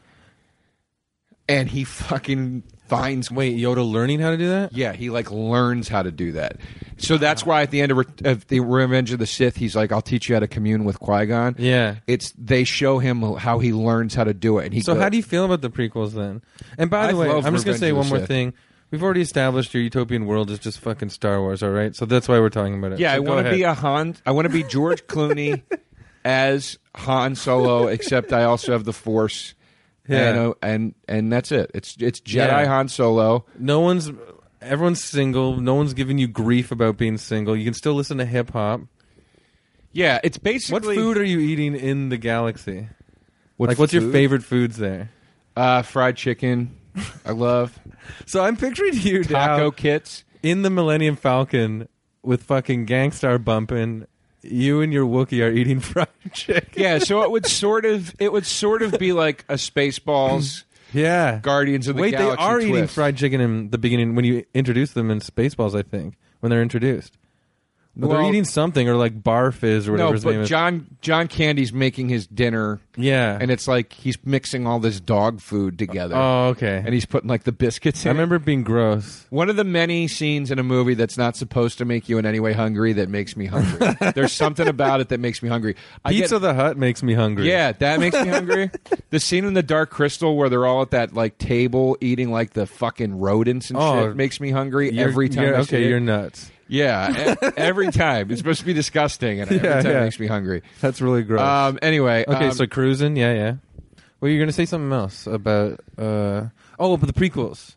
Speaker 2: And he fucking finds
Speaker 1: Wait, Yoda learning how to do that?
Speaker 2: yeah, he like learns how to do that. So that's why at the end of, Re- of the Revenge of the Sith, he's like, "I'll teach you how to commune with Qui Gon."
Speaker 1: Yeah.
Speaker 2: it's they show him how he learns how to do it, and he
Speaker 1: So
Speaker 2: go-
Speaker 1: how do you feel about the prequels then? And by the
Speaker 2: I
Speaker 1: way,
Speaker 2: love
Speaker 1: I'm just gonna
Speaker 2: Revenge
Speaker 1: say
Speaker 2: of the
Speaker 1: one more
Speaker 2: Sith.
Speaker 1: thing. We've already established your utopian world is just fucking Star Wars, all right? So that's why we're talking about it.
Speaker 2: Yeah,
Speaker 1: So
Speaker 2: I
Speaker 1: go
Speaker 2: want to
Speaker 1: ahead.
Speaker 2: be a Han. I want to be George Clooney as Han Solo, except I also have the Force.
Speaker 1: Yeah.
Speaker 2: And, uh, and and that's it. It's it's Jedi
Speaker 1: Yeah.
Speaker 2: Han Solo.
Speaker 1: No one's everyone's single. No one's giving you grief about being single. You can still listen to hip hop.
Speaker 2: Yeah, it's
Speaker 1: What
Speaker 2: basically
Speaker 1: food are you eating in the galaxy?
Speaker 2: What
Speaker 1: like, what's your
Speaker 2: food?
Speaker 1: favorite foods there?
Speaker 2: Uh, fried chicken. I love
Speaker 1: So I'm picturing you
Speaker 2: taco
Speaker 1: now
Speaker 2: kits.
Speaker 1: in the Millennium Falcon with fucking Gangstar bumping. You and your Wookiee are eating fried chicken.
Speaker 2: Yeah, so it would sort of it would sort of be like a Spaceballs
Speaker 1: Yeah.
Speaker 2: Guardians of the
Speaker 1: Wait, they
Speaker 2: Galaxy.
Speaker 1: are eating
Speaker 2: twist.
Speaker 1: fried chicken in the beginning when you introduce them in Spaceballs, I think, when they're introduced. But
Speaker 2: Well-
Speaker 1: they're eating something or like bar fizz or whatever
Speaker 2: No,
Speaker 1: his name
Speaker 2: but
Speaker 1: is.
Speaker 2: John John Candy's making his dinner,
Speaker 1: yeah.
Speaker 2: and it's like he's mixing all this dog food together,
Speaker 1: oh, okay.
Speaker 2: and he's putting like the biscuits.
Speaker 1: I
Speaker 2: in it.
Speaker 1: remember it being gross.
Speaker 2: One of the many scenes in a movie that's not supposed to make you in any way hungry that makes me hungry. There's something about it that makes me hungry. I get-
Speaker 1: Pizza the Hut makes me hungry.
Speaker 2: yeah, that makes me hungry. the scene in the Dark Crystal where they're all at that like table eating like the fucking rodents and
Speaker 1: Oh,
Speaker 2: shit makes me hungry
Speaker 1: You're-
Speaker 2: every time.
Speaker 1: you're-
Speaker 2: I see
Speaker 1: okay,
Speaker 2: it.
Speaker 1: you're nuts.
Speaker 2: yeah, e- every time it's supposed to be disgusting, and every
Speaker 1: Yeah,
Speaker 2: time
Speaker 1: yeah.
Speaker 2: it makes me hungry.
Speaker 1: That's really gross.
Speaker 2: Um, anyway,
Speaker 1: okay,
Speaker 2: um,
Speaker 1: so cruising, yeah, yeah. Well, you're gonna say something else about uh oh, but the prequels. So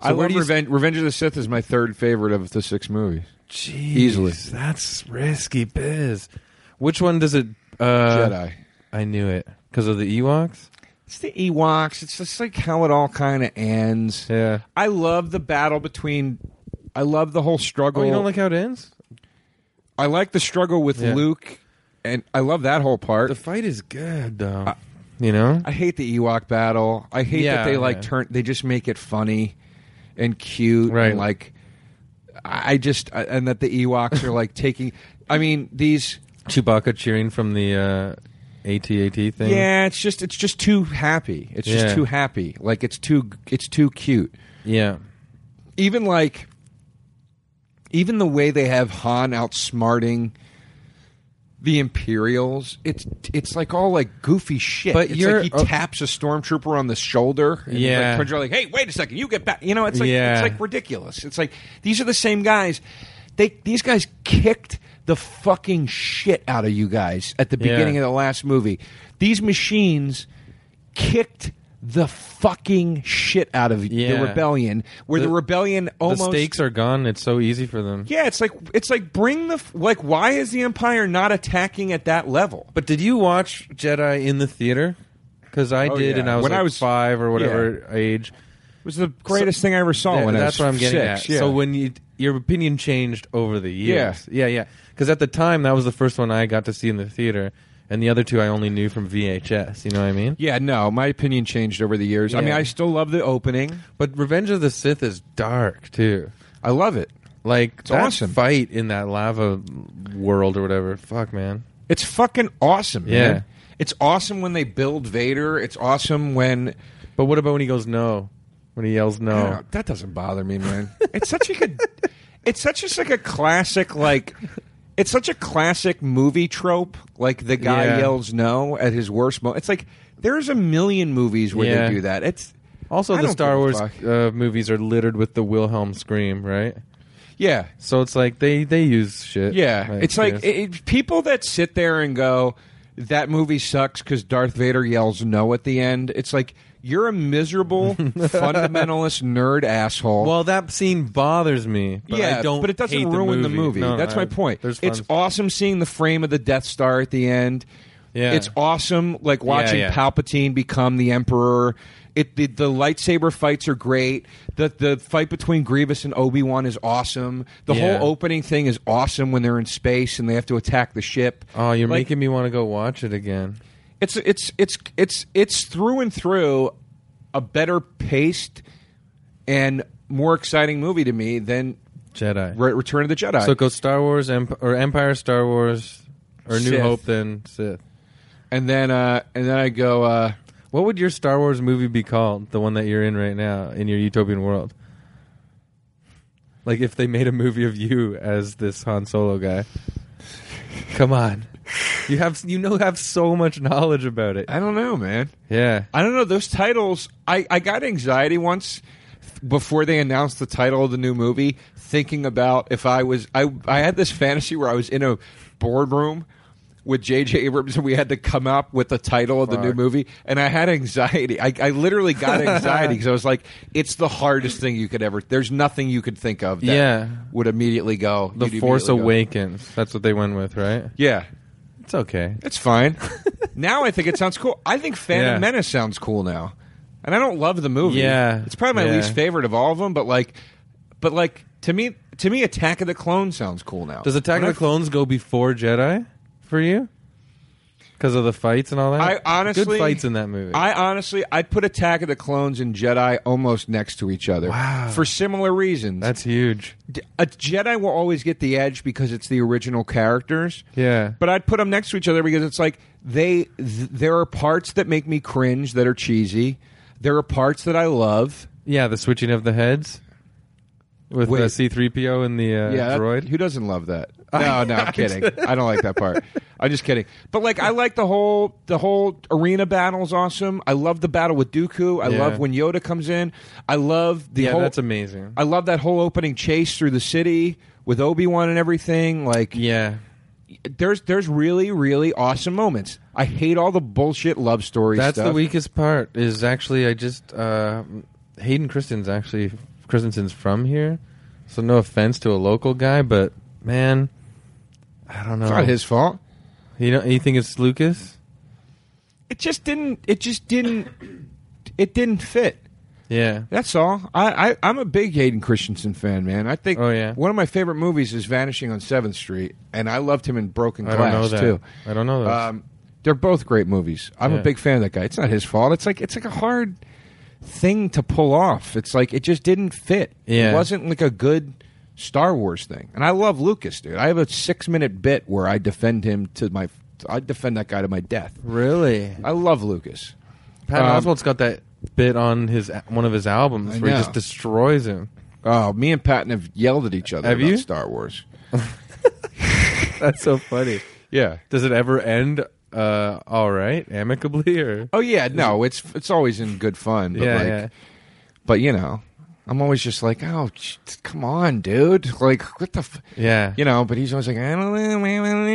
Speaker 2: I
Speaker 1: where
Speaker 2: love
Speaker 1: do you
Speaker 2: Revenge. Revenge of the Sith is my third favorite of the six movies.
Speaker 1: Jeez,
Speaker 2: Easily.
Speaker 1: That's risky biz. Which one does it? Uh,
Speaker 2: Jedi.
Speaker 1: I knew it because of the Ewoks.
Speaker 2: It's the Ewoks. It's just like how it all kind of ends.
Speaker 1: Yeah.
Speaker 2: I love the battle between. I love the whole struggle.
Speaker 1: Oh, you don't like how it ends?
Speaker 2: I like the struggle with
Speaker 1: Yeah.
Speaker 2: Luke, and I love that whole part.
Speaker 1: The fight is good though. you know.
Speaker 2: er I hate the Ewok battle. I hate
Speaker 1: Yeah,
Speaker 2: that they like
Speaker 1: yeah.
Speaker 2: turn. They just make it funny and cute,
Speaker 1: Right.
Speaker 2: And like, I I just I- and that the Ewoks are like taking. I mean these.
Speaker 1: Chewbacca cheering from the uh, ATAT thing.
Speaker 2: Yeah, it's just it's just too happy. It's
Speaker 1: Yeah.
Speaker 2: just too happy. Like it's too it's too cute.
Speaker 1: Yeah.
Speaker 2: even like even the way they have Han outsmarting the Imperials. It's it's like all like goofy shit.
Speaker 1: But
Speaker 2: it's
Speaker 1: you're-
Speaker 2: like he taps a stormtrooper on the shoulder. And
Speaker 1: Yeah.
Speaker 2: like, Punja's like, hey, wait a second, you get back. You know, it's like
Speaker 1: Yeah.
Speaker 2: it's like ridiculous. It's like these are the same guys. They these guys kicked the fucking shit out of you guys at the
Speaker 1: Yeah.
Speaker 2: beginning of the last movie. These machines kicked the fucking shit out of
Speaker 1: Yeah.
Speaker 2: the rebellion. Where the,
Speaker 1: The-
Speaker 2: rebellion almost
Speaker 1: the stakes are gone. It's so easy for them.
Speaker 2: yeah, it's like it's like bring the f- like. Why is the Empire not attacking at that level?
Speaker 1: But did you watch Jedi in the theater? Because I
Speaker 2: Oh,
Speaker 1: did,
Speaker 2: yeah.
Speaker 1: and I was
Speaker 2: When
Speaker 1: like
Speaker 2: I was-
Speaker 1: five or whatever age.
Speaker 2: It was the greatest thing I ever saw.
Speaker 1: Th-
Speaker 2: when
Speaker 1: that's
Speaker 2: I was
Speaker 1: what I'm getting
Speaker 2: six,
Speaker 1: at.
Speaker 2: Yeah.
Speaker 1: So when you your opinion changed over the years, yeah, yeah, Because at the time, that was the first one I got to see in the theater, and the other two I only knew from VHS. You know what I mean?
Speaker 2: yeah, no, my opinion changed over the years. I mean,
Speaker 1: Yeah.
Speaker 2: I still love the opening.
Speaker 1: But Revenge of the Sith is dark too.
Speaker 2: I love it.
Speaker 1: Like that
Speaker 2: awesome.
Speaker 1: fight in that lava world or whatever. Fuck, man.
Speaker 2: It's fucking awesome.
Speaker 1: Yeah.
Speaker 2: man. it's awesome when they build Vader. It's awesome when
Speaker 1: But what about when he goes no? When he yells no?
Speaker 2: Oh, that doesn't bother me, man. it's such a good. It's such just like a classic like. It's such a classic movie trope. Like the guy
Speaker 1: Yeah.
Speaker 2: yells no at his worst moment. It's like there's a million movies where
Speaker 1: Yeah.
Speaker 2: they do that. It's
Speaker 1: Also,
Speaker 2: I
Speaker 1: the
Speaker 2: don't
Speaker 1: Star
Speaker 2: give a
Speaker 1: Wars
Speaker 2: fuck.
Speaker 1: uh, movies are littered with the Wilhelm scream, right?
Speaker 2: yeah,
Speaker 1: So it's like they they use shit.
Speaker 2: yeah. it's like it,
Speaker 1: yes.
Speaker 2: it- people that sit there and go, "That movie sucks" because Darth Vader yells no at the end. It's like you're a miserable fundamentalist nerd asshole.
Speaker 1: well, that scene bothers me. But
Speaker 2: yeah,
Speaker 1: I don't.
Speaker 2: but it doesn't
Speaker 1: hate
Speaker 2: ruin
Speaker 1: the movie. No,
Speaker 2: That's
Speaker 1: no,
Speaker 2: my point.
Speaker 1: There's
Speaker 2: It's
Speaker 1: fun-
Speaker 2: awesome seeing the frame of the Death Star at the end.
Speaker 1: Yeah.
Speaker 2: It's awesome, like watching
Speaker 1: yeah.
Speaker 2: Palpatine become the Emperor. It the, the lightsaber fights are great. The the fight between Grievous and Obi Wan is awesome. The
Speaker 1: Yeah.
Speaker 2: whole opening thing is awesome when they're in space and they have to attack the ship.
Speaker 1: oh, you're
Speaker 2: Like,
Speaker 1: making me want to go watch it again.
Speaker 2: it's it's it's it's it's through and through a better paced and more exciting movie to me than
Speaker 1: Jedi.
Speaker 2: Re- Return of the Jedi.
Speaker 1: So go Star Wars Emp- or Empire, Star Wars, or New
Speaker 2: Sith.
Speaker 1: Hope, then Sith.
Speaker 2: and then uh, and then I go, uh,
Speaker 1: What would your Star Wars movie be called? The one that you're in right now in your utopian world. Like if they made a movie of you as this Han Solo guy. Come on, you have you know have so much knowledge about it.
Speaker 2: I don't know, man.
Speaker 1: Yeah,
Speaker 2: I don't know those titles. I I got anxiety once before they announced the title of the new movie, thinking about if I was I I had this fantasy where I was in a boardroom. With J.J. Abrams, and we had to come up with the title of the new
Speaker 1: Fuck.
Speaker 2: movie, and I had anxiety. I, I literally got anxiety because I was like, "It's the hardest thing you could ever. There's nothing you could think of that
Speaker 1: Yeah.
Speaker 2: would immediately go
Speaker 1: The
Speaker 2: you'd
Speaker 1: Force
Speaker 2: immediately go,
Speaker 1: Awakens. That's what they went with, right?
Speaker 2: Yeah,
Speaker 1: It's okay.
Speaker 2: It's fine. now I think it sounds cool. I think Phantom
Speaker 1: Yeah.
Speaker 2: Menace sounds cool now, and I don't love the movie.
Speaker 1: Yeah.
Speaker 2: it's probably my
Speaker 1: Yeah.
Speaker 2: least favorite of all of them. But like, but like to me, to me, Attack of the Clone sounds cool now.
Speaker 1: Does Attack of the Clones go before Jedi for you? Because of the fights and all that.
Speaker 2: I honestly
Speaker 1: good fights in that movie.
Speaker 2: I honestly, I'd put Attack of the Clones and Jedi almost next to each other.
Speaker 1: Wow.
Speaker 2: For similar reasons,
Speaker 1: That's huge.
Speaker 2: D- a Jedi will always get the edge because it's the original characters.
Speaker 1: Yeah.
Speaker 2: But I'd put them next to each other because it's like they th- there are parts that make me cringe that are cheesy. There are parts that I love.
Speaker 1: Yeah, the switching of the heads with
Speaker 2: Wait.
Speaker 1: uh, C-3PO and the uh,
Speaker 2: that-
Speaker 1: droid.
Speaker 2: Who doesn't love that? No, no, I'm kidding. I don't like that part. I'm just kidding. But like, I like the whole the whole arena battle's awesome. I love the battle with Dooku. I
Speaker 1: Yeah.
Speaker 2: love when Yoda comes in. I love the
Speaker 1: Yeah,
Speaker 2: whole.
Speaker 1: that's amazing.
Speaker 2: I love that whole opening chase through the city with Obi Wan and everything. Like,
Speaker 1: yeah.
Speaker 2: there's there's really really awesome moments. I hate all the bullshit love story
Speaker 1: That's
Speaker 2: stuff.
Speaker 1: the weakest part is actually I just uh, Hayden Christensen's actually Christensen's from here. So no offense to a local guy, but man, I don't know.
Speaker 2: It's not his fault.
Speaker 1: You know you think it's Lucas?
Speaker 2: It just didn't. It just didn't. It didn't fit.
Speaker 1: Yeah.
Speaker 2: That's all. I, I I'm a big Hayden Christensen fan, man. I think
Speaker 1: Oh, yeah.
Speaker 2: one of my favorite movies is Vanishing on Seventh Street, and I loved him in Broken
Speaker 1: I
Speaker 2: Glass
Speaker 1: don't know that.
Speaker 2: too.
Speaker 1: I don't know that.
Speaker 2: Um, they're both great movies. I'm
Speaker 1: Yeah.
Speaker 2: a big fan of that guy. It's not his fault. It's like it's like a hard thing to pull off. It's like it just didn't fit.
Speaker 1: Yeah.
Speaker 2: It wasn't like a good Star Wars thing. And I love Lucas, dude. I have a six minute bit where I defend him to my. I defend that guy to my death.
Speaker 1: really?
Speaker 2: I love Lucas.
Speaker 1: Pat
Speaker 2: Um,
Speaker 1: Oswald's got that bit on his one of his albums
Speaker 2: I
Speaker 1: where he
Speaker 2: know.
Speaker 1: just destroys him.
Speaker 2: Oh, me and Patton have yelled at each other
Speaker 1: Have
Speaker 2: about
Speaker 1: you?
Speaker 2: Star Wars.
Speaker 1: That's so funny.
Speaker 2: Yeah.
Speaker 1: Does it ever end uh, all right, amicably, or
Speaker 2: Oh yeah, no, it's it's always in good fun. But
Speaker 1: yeah,
Speaker 2: like,
Speaker 1: yeah.
Speaker 2: But you know, I'm always just like, oh, j- come on, dude. Like, what the, f-?
Speaker 1: yeah,
Speaker 2: you know? But he's always like, I don't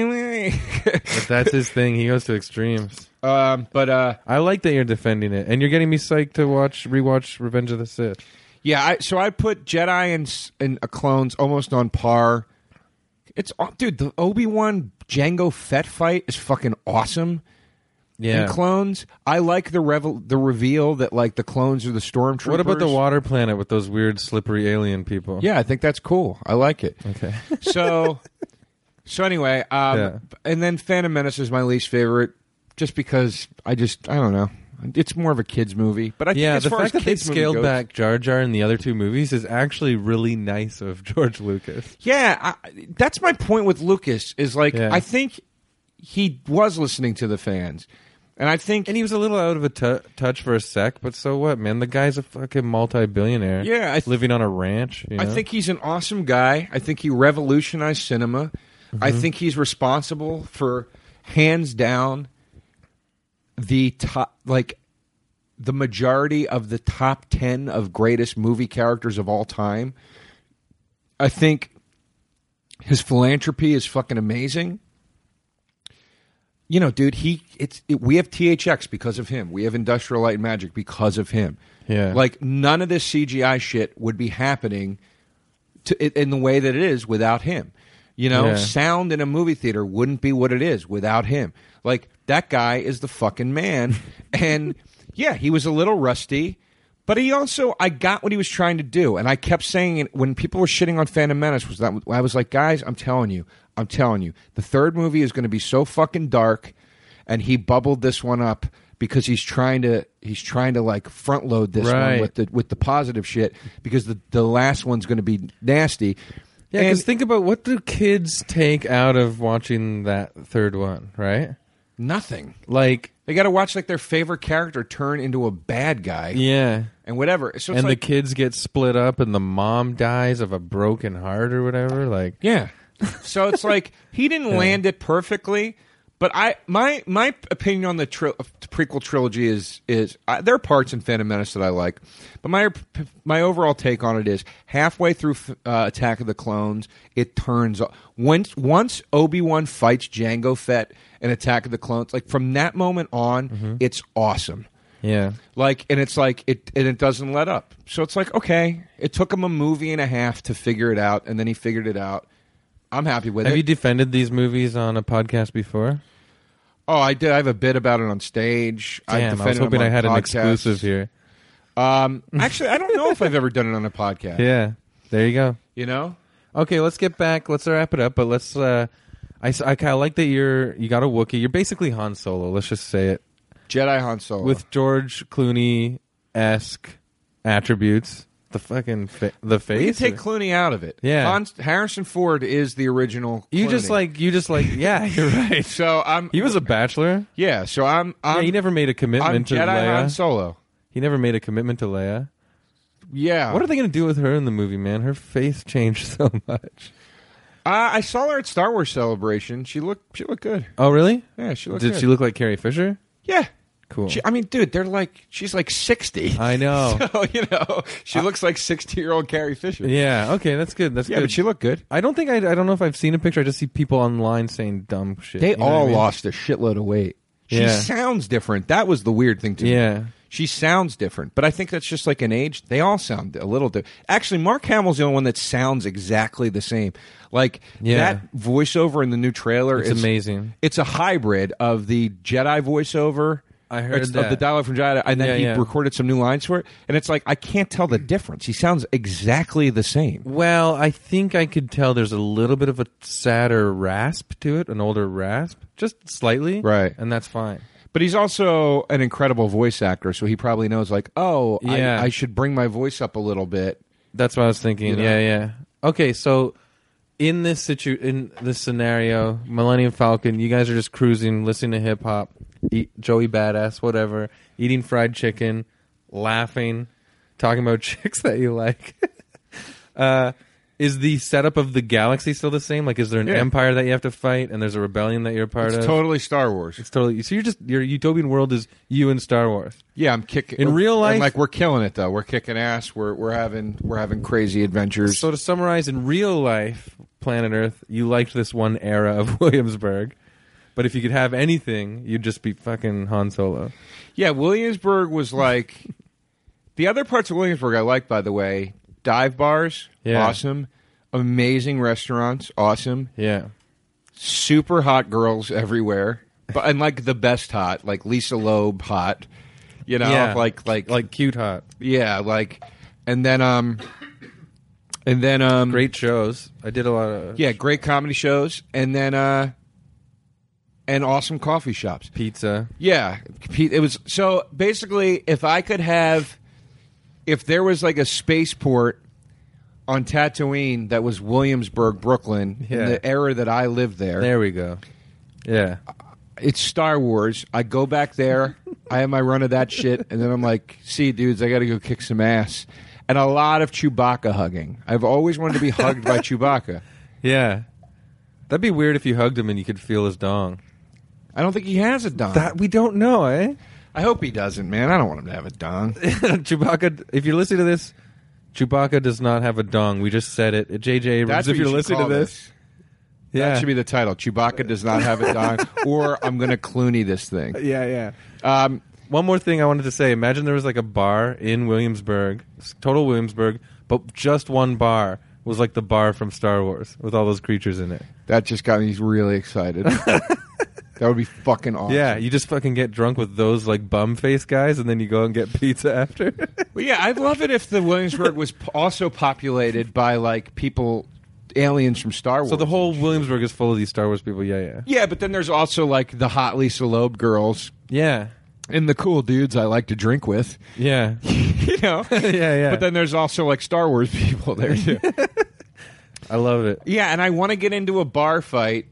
Speaker 2: know.
Speaker 1: If that's his thing. He goes to extremes.
Speaker 2: um, but uh,
Speaker 1: I like that you're defending it, and you're getting me psyched to watch rewatch Revenge of the Sith.
Speaker 2: yeah. I, so I put Jedi and s- and uh, clones almost on par. It's aw- dude, the Obi Wan Django Fett fight is fucking awesome.
Speaker 1: Yeah.
Speaker 2: And clones, I like the revel the reveal that like the clones are the stormtroopers.
Speaker 1: what about the water planet with those weird slippery alien people?
Speaker 2: Yeah, I think that's cool. I like it.
Speaker 1: Okay.
Speaker 2: So, so anyway, um,
Speaker 1: Yeah.
Speaker 2: and then Phantom Menace is my least favorite, just because I just I don't know. It's more of a kids movie, but I think
Speaker 1: Yeah,
Speaker 2: as
Speaker 1: the
Speaker 2: far
Speaker 1: fact
Speaker 2: as
Speaker 1: that they
Speaker 2: kids movie
Speaker 1: scaled
Speaker 2: goes-
Speaker 1: back Jar Jar in the other two movies is actually really nice of George Lucas.
Speaker 2: Yeah, I, that's my point with Lucas. Is like
Speaker 1: Yeah.
Speaker 2: I think he was listening to the fans, and I think
Speaker 1: And he was a little out of a tu- touch for a sec, but so what, man? The guy's a fucking multi-billionaire.
Speaker 2: yeah, I,
Speaker 1: living on a ranch. you
Speaker 2: I
Speaker 1: know?
Speaker 2: think he's an awesome guy. I think he revolutionized cinema. I think he's responsible for hands down the top like the majority of the top 10 of greatest movie characters of all time. I think his philanthropy is fucking amazing. You know, dude, he it's it, we have THX because of him. We have Industrial Light and Magic because of him.
Speaker 1: Yeah.
Speaker 2: Like none of this CGI shit would be happening to, i- in the way that it is without him. You know,
Speaker 1: Yeah.
Speaker 2: sound in a movie theater wouldn't be what it is without him. Like that guy is the fucking man. and yeah, he was a little rusty, but he also I got what he was trying to do. And I kept saying it when people were shitting on Phantom Menace was that I was like, guys, I'm telling you, I'm telling you, the third movie is going to be so fucking dark. And he bubbled this one up because he's trying to he's trying to like front load this one
Speaker 1: Right.
Speaker 2: with the with the positive shit because the the last one's going to be nasty.
Speaker 1: Yeah, because
Speaker 2: and
Speaker 1: think about what do kids take out of watching that third one, right?
Speaker 2: nothing.
Speaker 1: Like,
Speaker 2: They got to watch like their favorite character turn into a bad guy
Speaker 1: yeah,
Speaker 2: and whatever. So it's
Speaker 1: and
Speaker 2: like,
Speaker 1: the kids get split up, and the mom dies of a broken heart or whatever. Like,
Speaker 2: yeah. so it's like he didn't land it perfectly, but I my my opinion on the tri- uh, prequel trilogy is is I, there are parts in Phantom Menace that I like, but my my overall take on it is halfway through uh, Attack of the Clones, it turns once once Obi Wan fights Django Fett in Attack of the Clones, like from that moment on, it's awesome.
Speaker 1: yeah,
Speaker 2: like and it's like it and it doesn't let up so it's like okay it took him a movie and a half to figure it out and then he figured it out i'm happy with
Speaker 1: have
Speaker 2: it
Speaker 1: you defended these movies on a podcast before?
Speaker 2: oh i did i have a bit about it on stage
Speaker 1: Damn, I was
Speaker 2: defended him
Speaker 1: hoping
Speaker 2: on
Speaker 1: I had an
Speaker 2: podcasts.
Speaker 1: exclusive here.
Speaker 2: um actually i don't know if i've ever done it on a podcast
Speaker 1: Yeah, there you go.
Speaker 2: you know
Speaker 1: Okay, let's get back. Let's wrap it up, but let's. uh I, kind of like that you're you got a Wookiee. You're basically Han Solo. Let's just say it
Speaker 2: jedi han solo
Speaker 1: with George Clooney esque attributes. The fucking fa- the
Speaker 2: you
Speaker 1: face.
Speaker 2: take clooney out of it
Speaker 1: Yeah.
Speaker 2: Han- harrison ford is the original
Speaker 1: You just
Speaker 2: Clooney.
Speaker 1: like you just like yeah, you're right.
Speaker 2: so i'm
Speaker 1: He was a bachelor.
Speaker 2: yeah so i'm
Speaker 1: Yeah,
Speaker 2: i'm,
Speaker 1: he never made a commitment
Speaker 2: I'm
Speaker 1: to
Speaker 2: jedi
Speaker 1: Leia.
Speaker 2: han solo
Speaker 1: he never made a commitment to Leia.
Speaker 2: yeah
Speaker 1: What are they going to do with her in the movie, man? Her face changed so much.
Speaker 2: uh, i saw her at star wars celebration she looked she looked good
Speaker 1: Oh, really?
Speaker 2: yeah she looked
Speaker 1: Did
Speaker 2: good.
Speaker 1: she look like Carrie Fisher?
Speaker 2: Yeah.
Speaker 1: Cool.
Speaker 2: She, I mean, dude, they're like she's like sixty.
Speaker 1: I know.
Speaker 2: so you know she looks like sixty-year-old Carrie Fisher. Yeah,
Speaker 1: yeah. Okay, that's good. That's good.
Speaker 2: but she looked good.
Speaker 1: I don't think I. I don't know if I've seen a picture. I just see people online saying dumb shit.
Speaker 2: They
Speaker 1: You know what I
Speaker 2: all
Speaker 1: mean?
Speaker 2: lost a shitload of weight. She
Speaker 1: Yeah.
Speaker 2: sounds different. That was the weird thing to me.
Speaker 1: Yeah.
Speaker 2: She sounds different, but I think that's just like an age. They all sound a little different. Actually, Mark Hamill's the only one that sounds exactly the same. Like
Speaker 1: Yeah.
Speaker 2: that voiceover in the new trailer
Speaker 1: It's
Speaker 2: is
Speaker 1: amazing.
Speaker 2: It's a hybrid of the Jedi voiceover.
Speaker 1: I heard
Speaker 2: it's- of
Speaker 1: that.
Speaker 2: the dialogue from Jedi, and then
Speaker 1: Yeah,
Speaker 2: he
Speaker 1: yeah.
Speaker 2: recorded some new lines for it. And it's like I can't tell the difference. He sounds exactly the same.
Speaker 1: Well, I think I could tell there's a little bit of a sadder rasp to it, an older rasp, just slightly.
Speaker 2: Right.
Speaker 1: And that's fine.
Speaker 2: But he's also an incredible voice actor, so he probably knows like, oh,
Speaker 1: Yeah.
Speaker 2: I, I should bring my voice up a little bit.
Speaker 1: That's what I was thinking.
Speaker 2: You know?
Speaker 1: Yeah, yeah. Okay, so in this situ in this scenario, Millennium Falcon, you guys are just cruising, listening to hip hop, eat Joey Badass, whatever, eating fried chicken, laughing, talking about chicks that you like. uh Is the setup of the galaxy still the same? Like, is there an
Speaker 2: Yeah.
Speaker 1: empire that you have to fight, and there's a rebellion that you're a part
Speaker 2: It's
Speaker 1: of?
Speaker 2: totally Star Wars.
Speaker 1: it's totally. So you're just your utopian world is you and Star Wars.
Speaker 2: Yeah, I'm kicking
Speaker 1: In real life-
Speaker 2: I'm like we're killing it though. We're kicking ass. We're we're having we're having crazy adventures.
Speaker 1: So to summarize, in real life, planet Earth, you liked this one era of Williamsburg, but if you could have anything, you'd just be fucking Han Solo.
Speaker 2: yeah, Williamsburg was like the other parts of Williamsburg I like by the way. Dive bars,
Speaker 1: Yeah.
Speaker 2: awesome. Amazing restaurants, awesome.
Speaker 1: Yeah.
Speaker 2: Super hot girls everywhere. But and like the best hot, like Lisa Loeb hot. You know,
Speaker 1: Yeah.
Speaker 2: like like
Speaker 1: Like cute hot.
Speaker 2: yeah, like and then um and then um
Speaker 1: Great shows. I did a lot of
Speaker 2: yeah, great comedy shows and then uh and awesome coffee shops.
Speaker 1: pizza.
Speaker 2: Yeah, Pete, it was so basically if I could have if there was like a spaceport on Tatooine that was Williamsburg, Brooklyn,
Speaker 1: Yeah.
Speaker 2: in the era that I lived there.
Speaker 1: There we go. Yeah.
Speaker 2: It's Star Wars. I go back there, I have my run of that shit, and then I'm like, see dudes, I gotta go kick some ass. And a lot of Chewbacca hugging. I've always wanted to be hugged by Chewbacca.
Speaker 1: Yeah. That'd be weird if you hugged him and you could feel his dong.
Speaker 2: I don't think he has a dong.
Speaker 1: That we don't know, eh?
Speaker 2: I hope he doesn't, man. I don't want him to have a dong.
Speaker 1: Chewbacca if you're listening to this, Chewbacca does not have a dong. We just said it. JJ Abrams,
Speaker 2: That's
Speaker 1: if
Speaker 2: what you
Speaker 1: you're
Speaker 2: should
Speaker 1: listening to
Speaker 2: call
Speaker 1: this. Yeah.
Speaker 2: That should be the title. Chewbacca does not have a dong, or I'm going to Clooney this thing.
Speaker 1: yeah, yeah.
Speaker 2: Um,
Speaker 1: One more thing I wanted to say. Imagine there was like a bar in Williamsburg, s- total Williamsburg, but just one bar was like the bar from Star Wars with all those creatures in it.
Speaker 2: that just got me really excited. that would be fucking awesome.
Speaker 1: Yeah, you just fucking get drunk with those like bum face guys and then you go and get pizza after.
Speaker 2: Well, yeah, I'd love it if the Williamsburg was p- also populated by like people, aliens from Star Wars.
Speaker 1: so the whole Williamsburg is full of these Star Wars people. Yeah, yeah.
Speaker 2: yeah, but then there's also like the hot Lisa Loeb girls
Speaker 1: Yeah.
Speaker 2: and the cool dudes I like to drink with.
Speaker 1: Yeah.
Speaker 2: you know.
Speaker 1: yeah, yeah.
Speaker 2: But then there's also like Star Wars people there too.
Speaker 1: I love it.
Speaker 2: Yeah, and I want to get into a bar fight,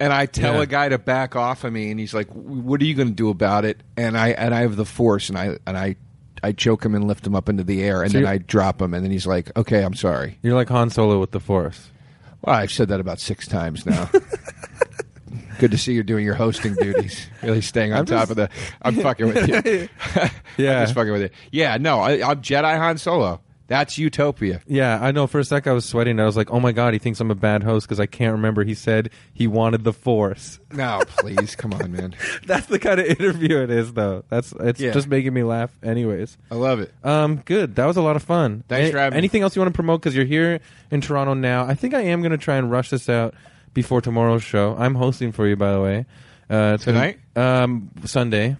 Speaker 2: and I tell
Speaker 1: Yeah.
Speaker 2: a guy to back off of me, and he's like, "W- "What are you going to do about it?" And I and I have the force, and I and I I choke him and lift him up into the air, and
Speaker 1: So
Speaker 2: then
Speaker 1: you're-
Speaker 2: I drop him, and then he's like, "Okay, I'm sorry."
Speaker 1: You're like Han Solo with the Force.
Speaker 2: Well, I've said that about six times now. Good to see you're doing your hosting duties. Really staying on
Speaker 1: I'm
Speaker 2: top
Speaker 1: just-
Speaker 2: of the. I'm fucking with you. I'm
Speaker 1: Yeah.
Speaker 2: just fucking with you. Yeah, no, I, I'm Jedi Han Solo. That's utopia.
Speaker 1: Yeah, I know. For a sec, I was sweating. I was like, "Oh my god, he thinks I'm a bad host because I can't remember." He said he wanted the Force.
Speaker 2: No, please, come on, man.
Speaker 1: That's the kind of interview it is, though. That's it's
Speaker 2: Yeah.
Speaker 1: just making me laugh. Anyways,
Speaker 2: I love it.
Speaker 1: um, good. That was a lot of fun.
Speaker 2: Thanks for having me.
Speaker 1: Anything else you want to promote? Because you're here in Toronto now. I think I am going to try and rush this out before tomorrow's show. I'm hosting for you, by the way. Uh, it's gonna-
Speaker 2: Tonight?
Speaker 1: um, Sunday.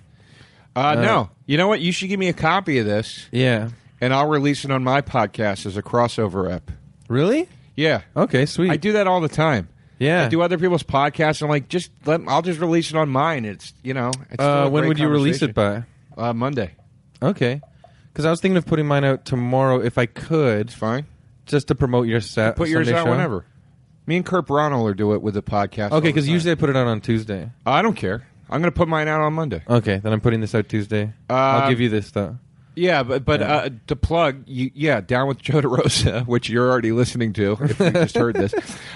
Speaker 2: Uh, no. You know what? You should give me a copy of this,
Speaker 1: Yeah.
Speaker 2: and I'll release it on my podcast as a crossover app.
Speaker 1: Really?
Speaker 2: Yeah,
Speaker 1: Okay. Sweet.
Speaker 2: I do that all the time.
Speaker 1: Yeah.
Speaker 2: I do other people's podcasts. I'm like, just let. I'll just release it on mine. It's you know. It's
Speaker 1: uh, when would you release it by?
Speaker 2: By? Uh, Monday.
Speaker 1: Okay. Because I was thinking of putting mine out tomorrow if I could,
Speaker 2: It's fine.
Speaker 1: just to promote your set.
Speaker 2: Put yours
Speaker 1: Uh, Sunday
Speaker 2: out
Speaker 1: show.
Speaker 2: whenever. Me and Kurt Bronnell are do it with the podcast. all
Speaker 1: Okay,
Speaker 2: the
Speaker 1: because
Speaker 2: time.
Speaker 1: usually I put it out on Tuesday.
Speaker 2: I don't care. I'm going to put mine out on Monday.
Speaker 1: Okay, then I'm putting this out Tuesday. I'll
Speaker 2: Um,
Speaker 1: give you this though.
Speaker 2: Yeah, but but
Speaker 1: Yeah.
Speaker 2: Uh, to plug, you, yeah, down with Joe DeRosa, which you're already listening to if you just heard this.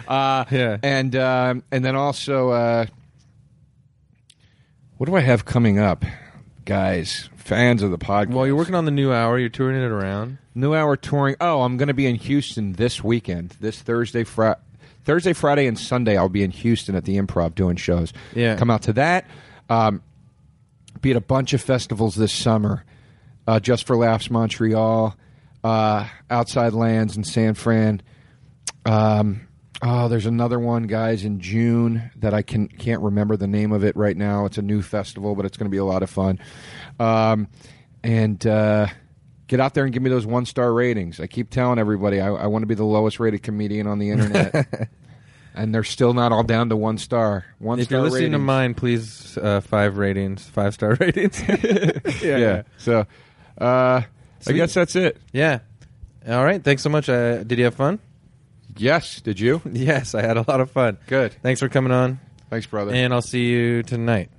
Speaker 2: Uh,
Speaker 1: Yeah.
Speaker 2: and um, and then also, uh, what do I have coming up, guys? Fans of the podcast.
Speaker 1: While you're working on the new hour, you're touring it around.
Speaker 2: New Hour touring. Oh, I'm going to be in Houston this weekend, this Thursday, Friday. Thursday, Friday, and Sunday, I'll be in Houston at the Improv doing shows.
Speaker 1: Yeah.
Speaker 2: come out to that. Um, be at a bunch of festivals this summer. Uh, Just for Laughs, Montreal, uh, Outside Lands in San Fran. Um, oh, there's another one, guys, in June that I can can't remember the name of it right now. It's a new festival, but it's going to be a lot of fun. Um, and uh, get out there and give me those one star ratings. I keep telling everybody I, I want to be the lowest rated comedian on the internet, and they're still not all down to one star. One
Speaker 1: If
Speaker 2: star
Speaker 1: you're listening to
Speaker 2: ratings.
Speaker 1: mine, please uh, five ratings, five star ratings. yeah,
Speaker 2: yeah. So uh, I
Speaker 1: Sweet.
Speaker 2: guess that's it.
Speaker 1: yeah. All right. Thanks so much. Uh, did you have fun?
Speaker 2: Yes. Did you?
Speaker 1: Yes, I had a lot of fun.
Speaker 2: Good.
Speaker 1: Thanks for coming on.
Speaker 2: Thanks, brother.
Speaker 1: And I'll see you tonight.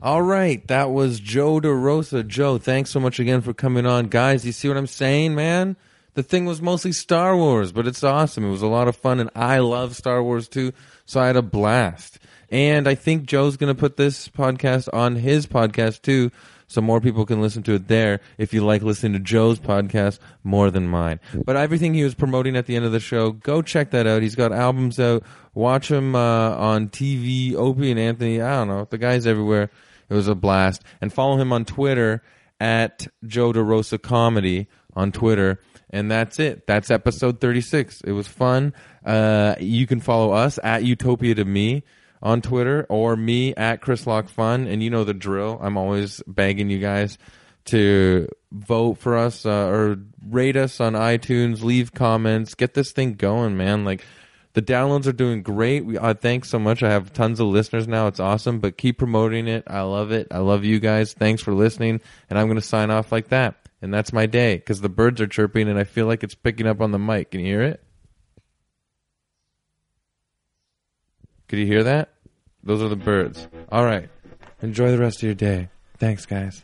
Speaker 1: All right, that was Joe DeRosa. Joe, thanks so much again for coming on. Guys, you see what I'm saying, man? the thing was mostly Star Wars, but it's awesome. It was a lot of fun, and I love Star Wars too, so I had a blast. And I think Joe's going to put this podcast on his podcast too, so more people can listen to it there if you like listening to Joe's podcast more than mine. But everything he was promoting at the end of the show, go check that out. He's got albums out. Watch him uh, on TV, Opie and Anthony. I don't know. The guy's everywhere. It was a blast. And follow him on Twitter at Joe DeRosa Comedy on Twitter. And that's it. That's episode 36. It was fun. Uh, you can follow us at Utopia to Me on Twitter or me at Chris Lock Fun. And you know the drill. I'm always begging you guys to vote for us uh, or rate us on iTunes, leave comments, get this thing going, man. Like, the downloads are doing great. We, uh, thanks so much. I have tons of listeners now. It's awesome. But keep promoting it. I love it. I love you guys. Thanks for listening. And I'm going to sign off like that. And that's my day because the birds are chirping and I feel like it's picking up on the mic. Can you hear it? Could you hear that? Those are the birds. All right. Enjoy the rest of your day. Thanks, guys.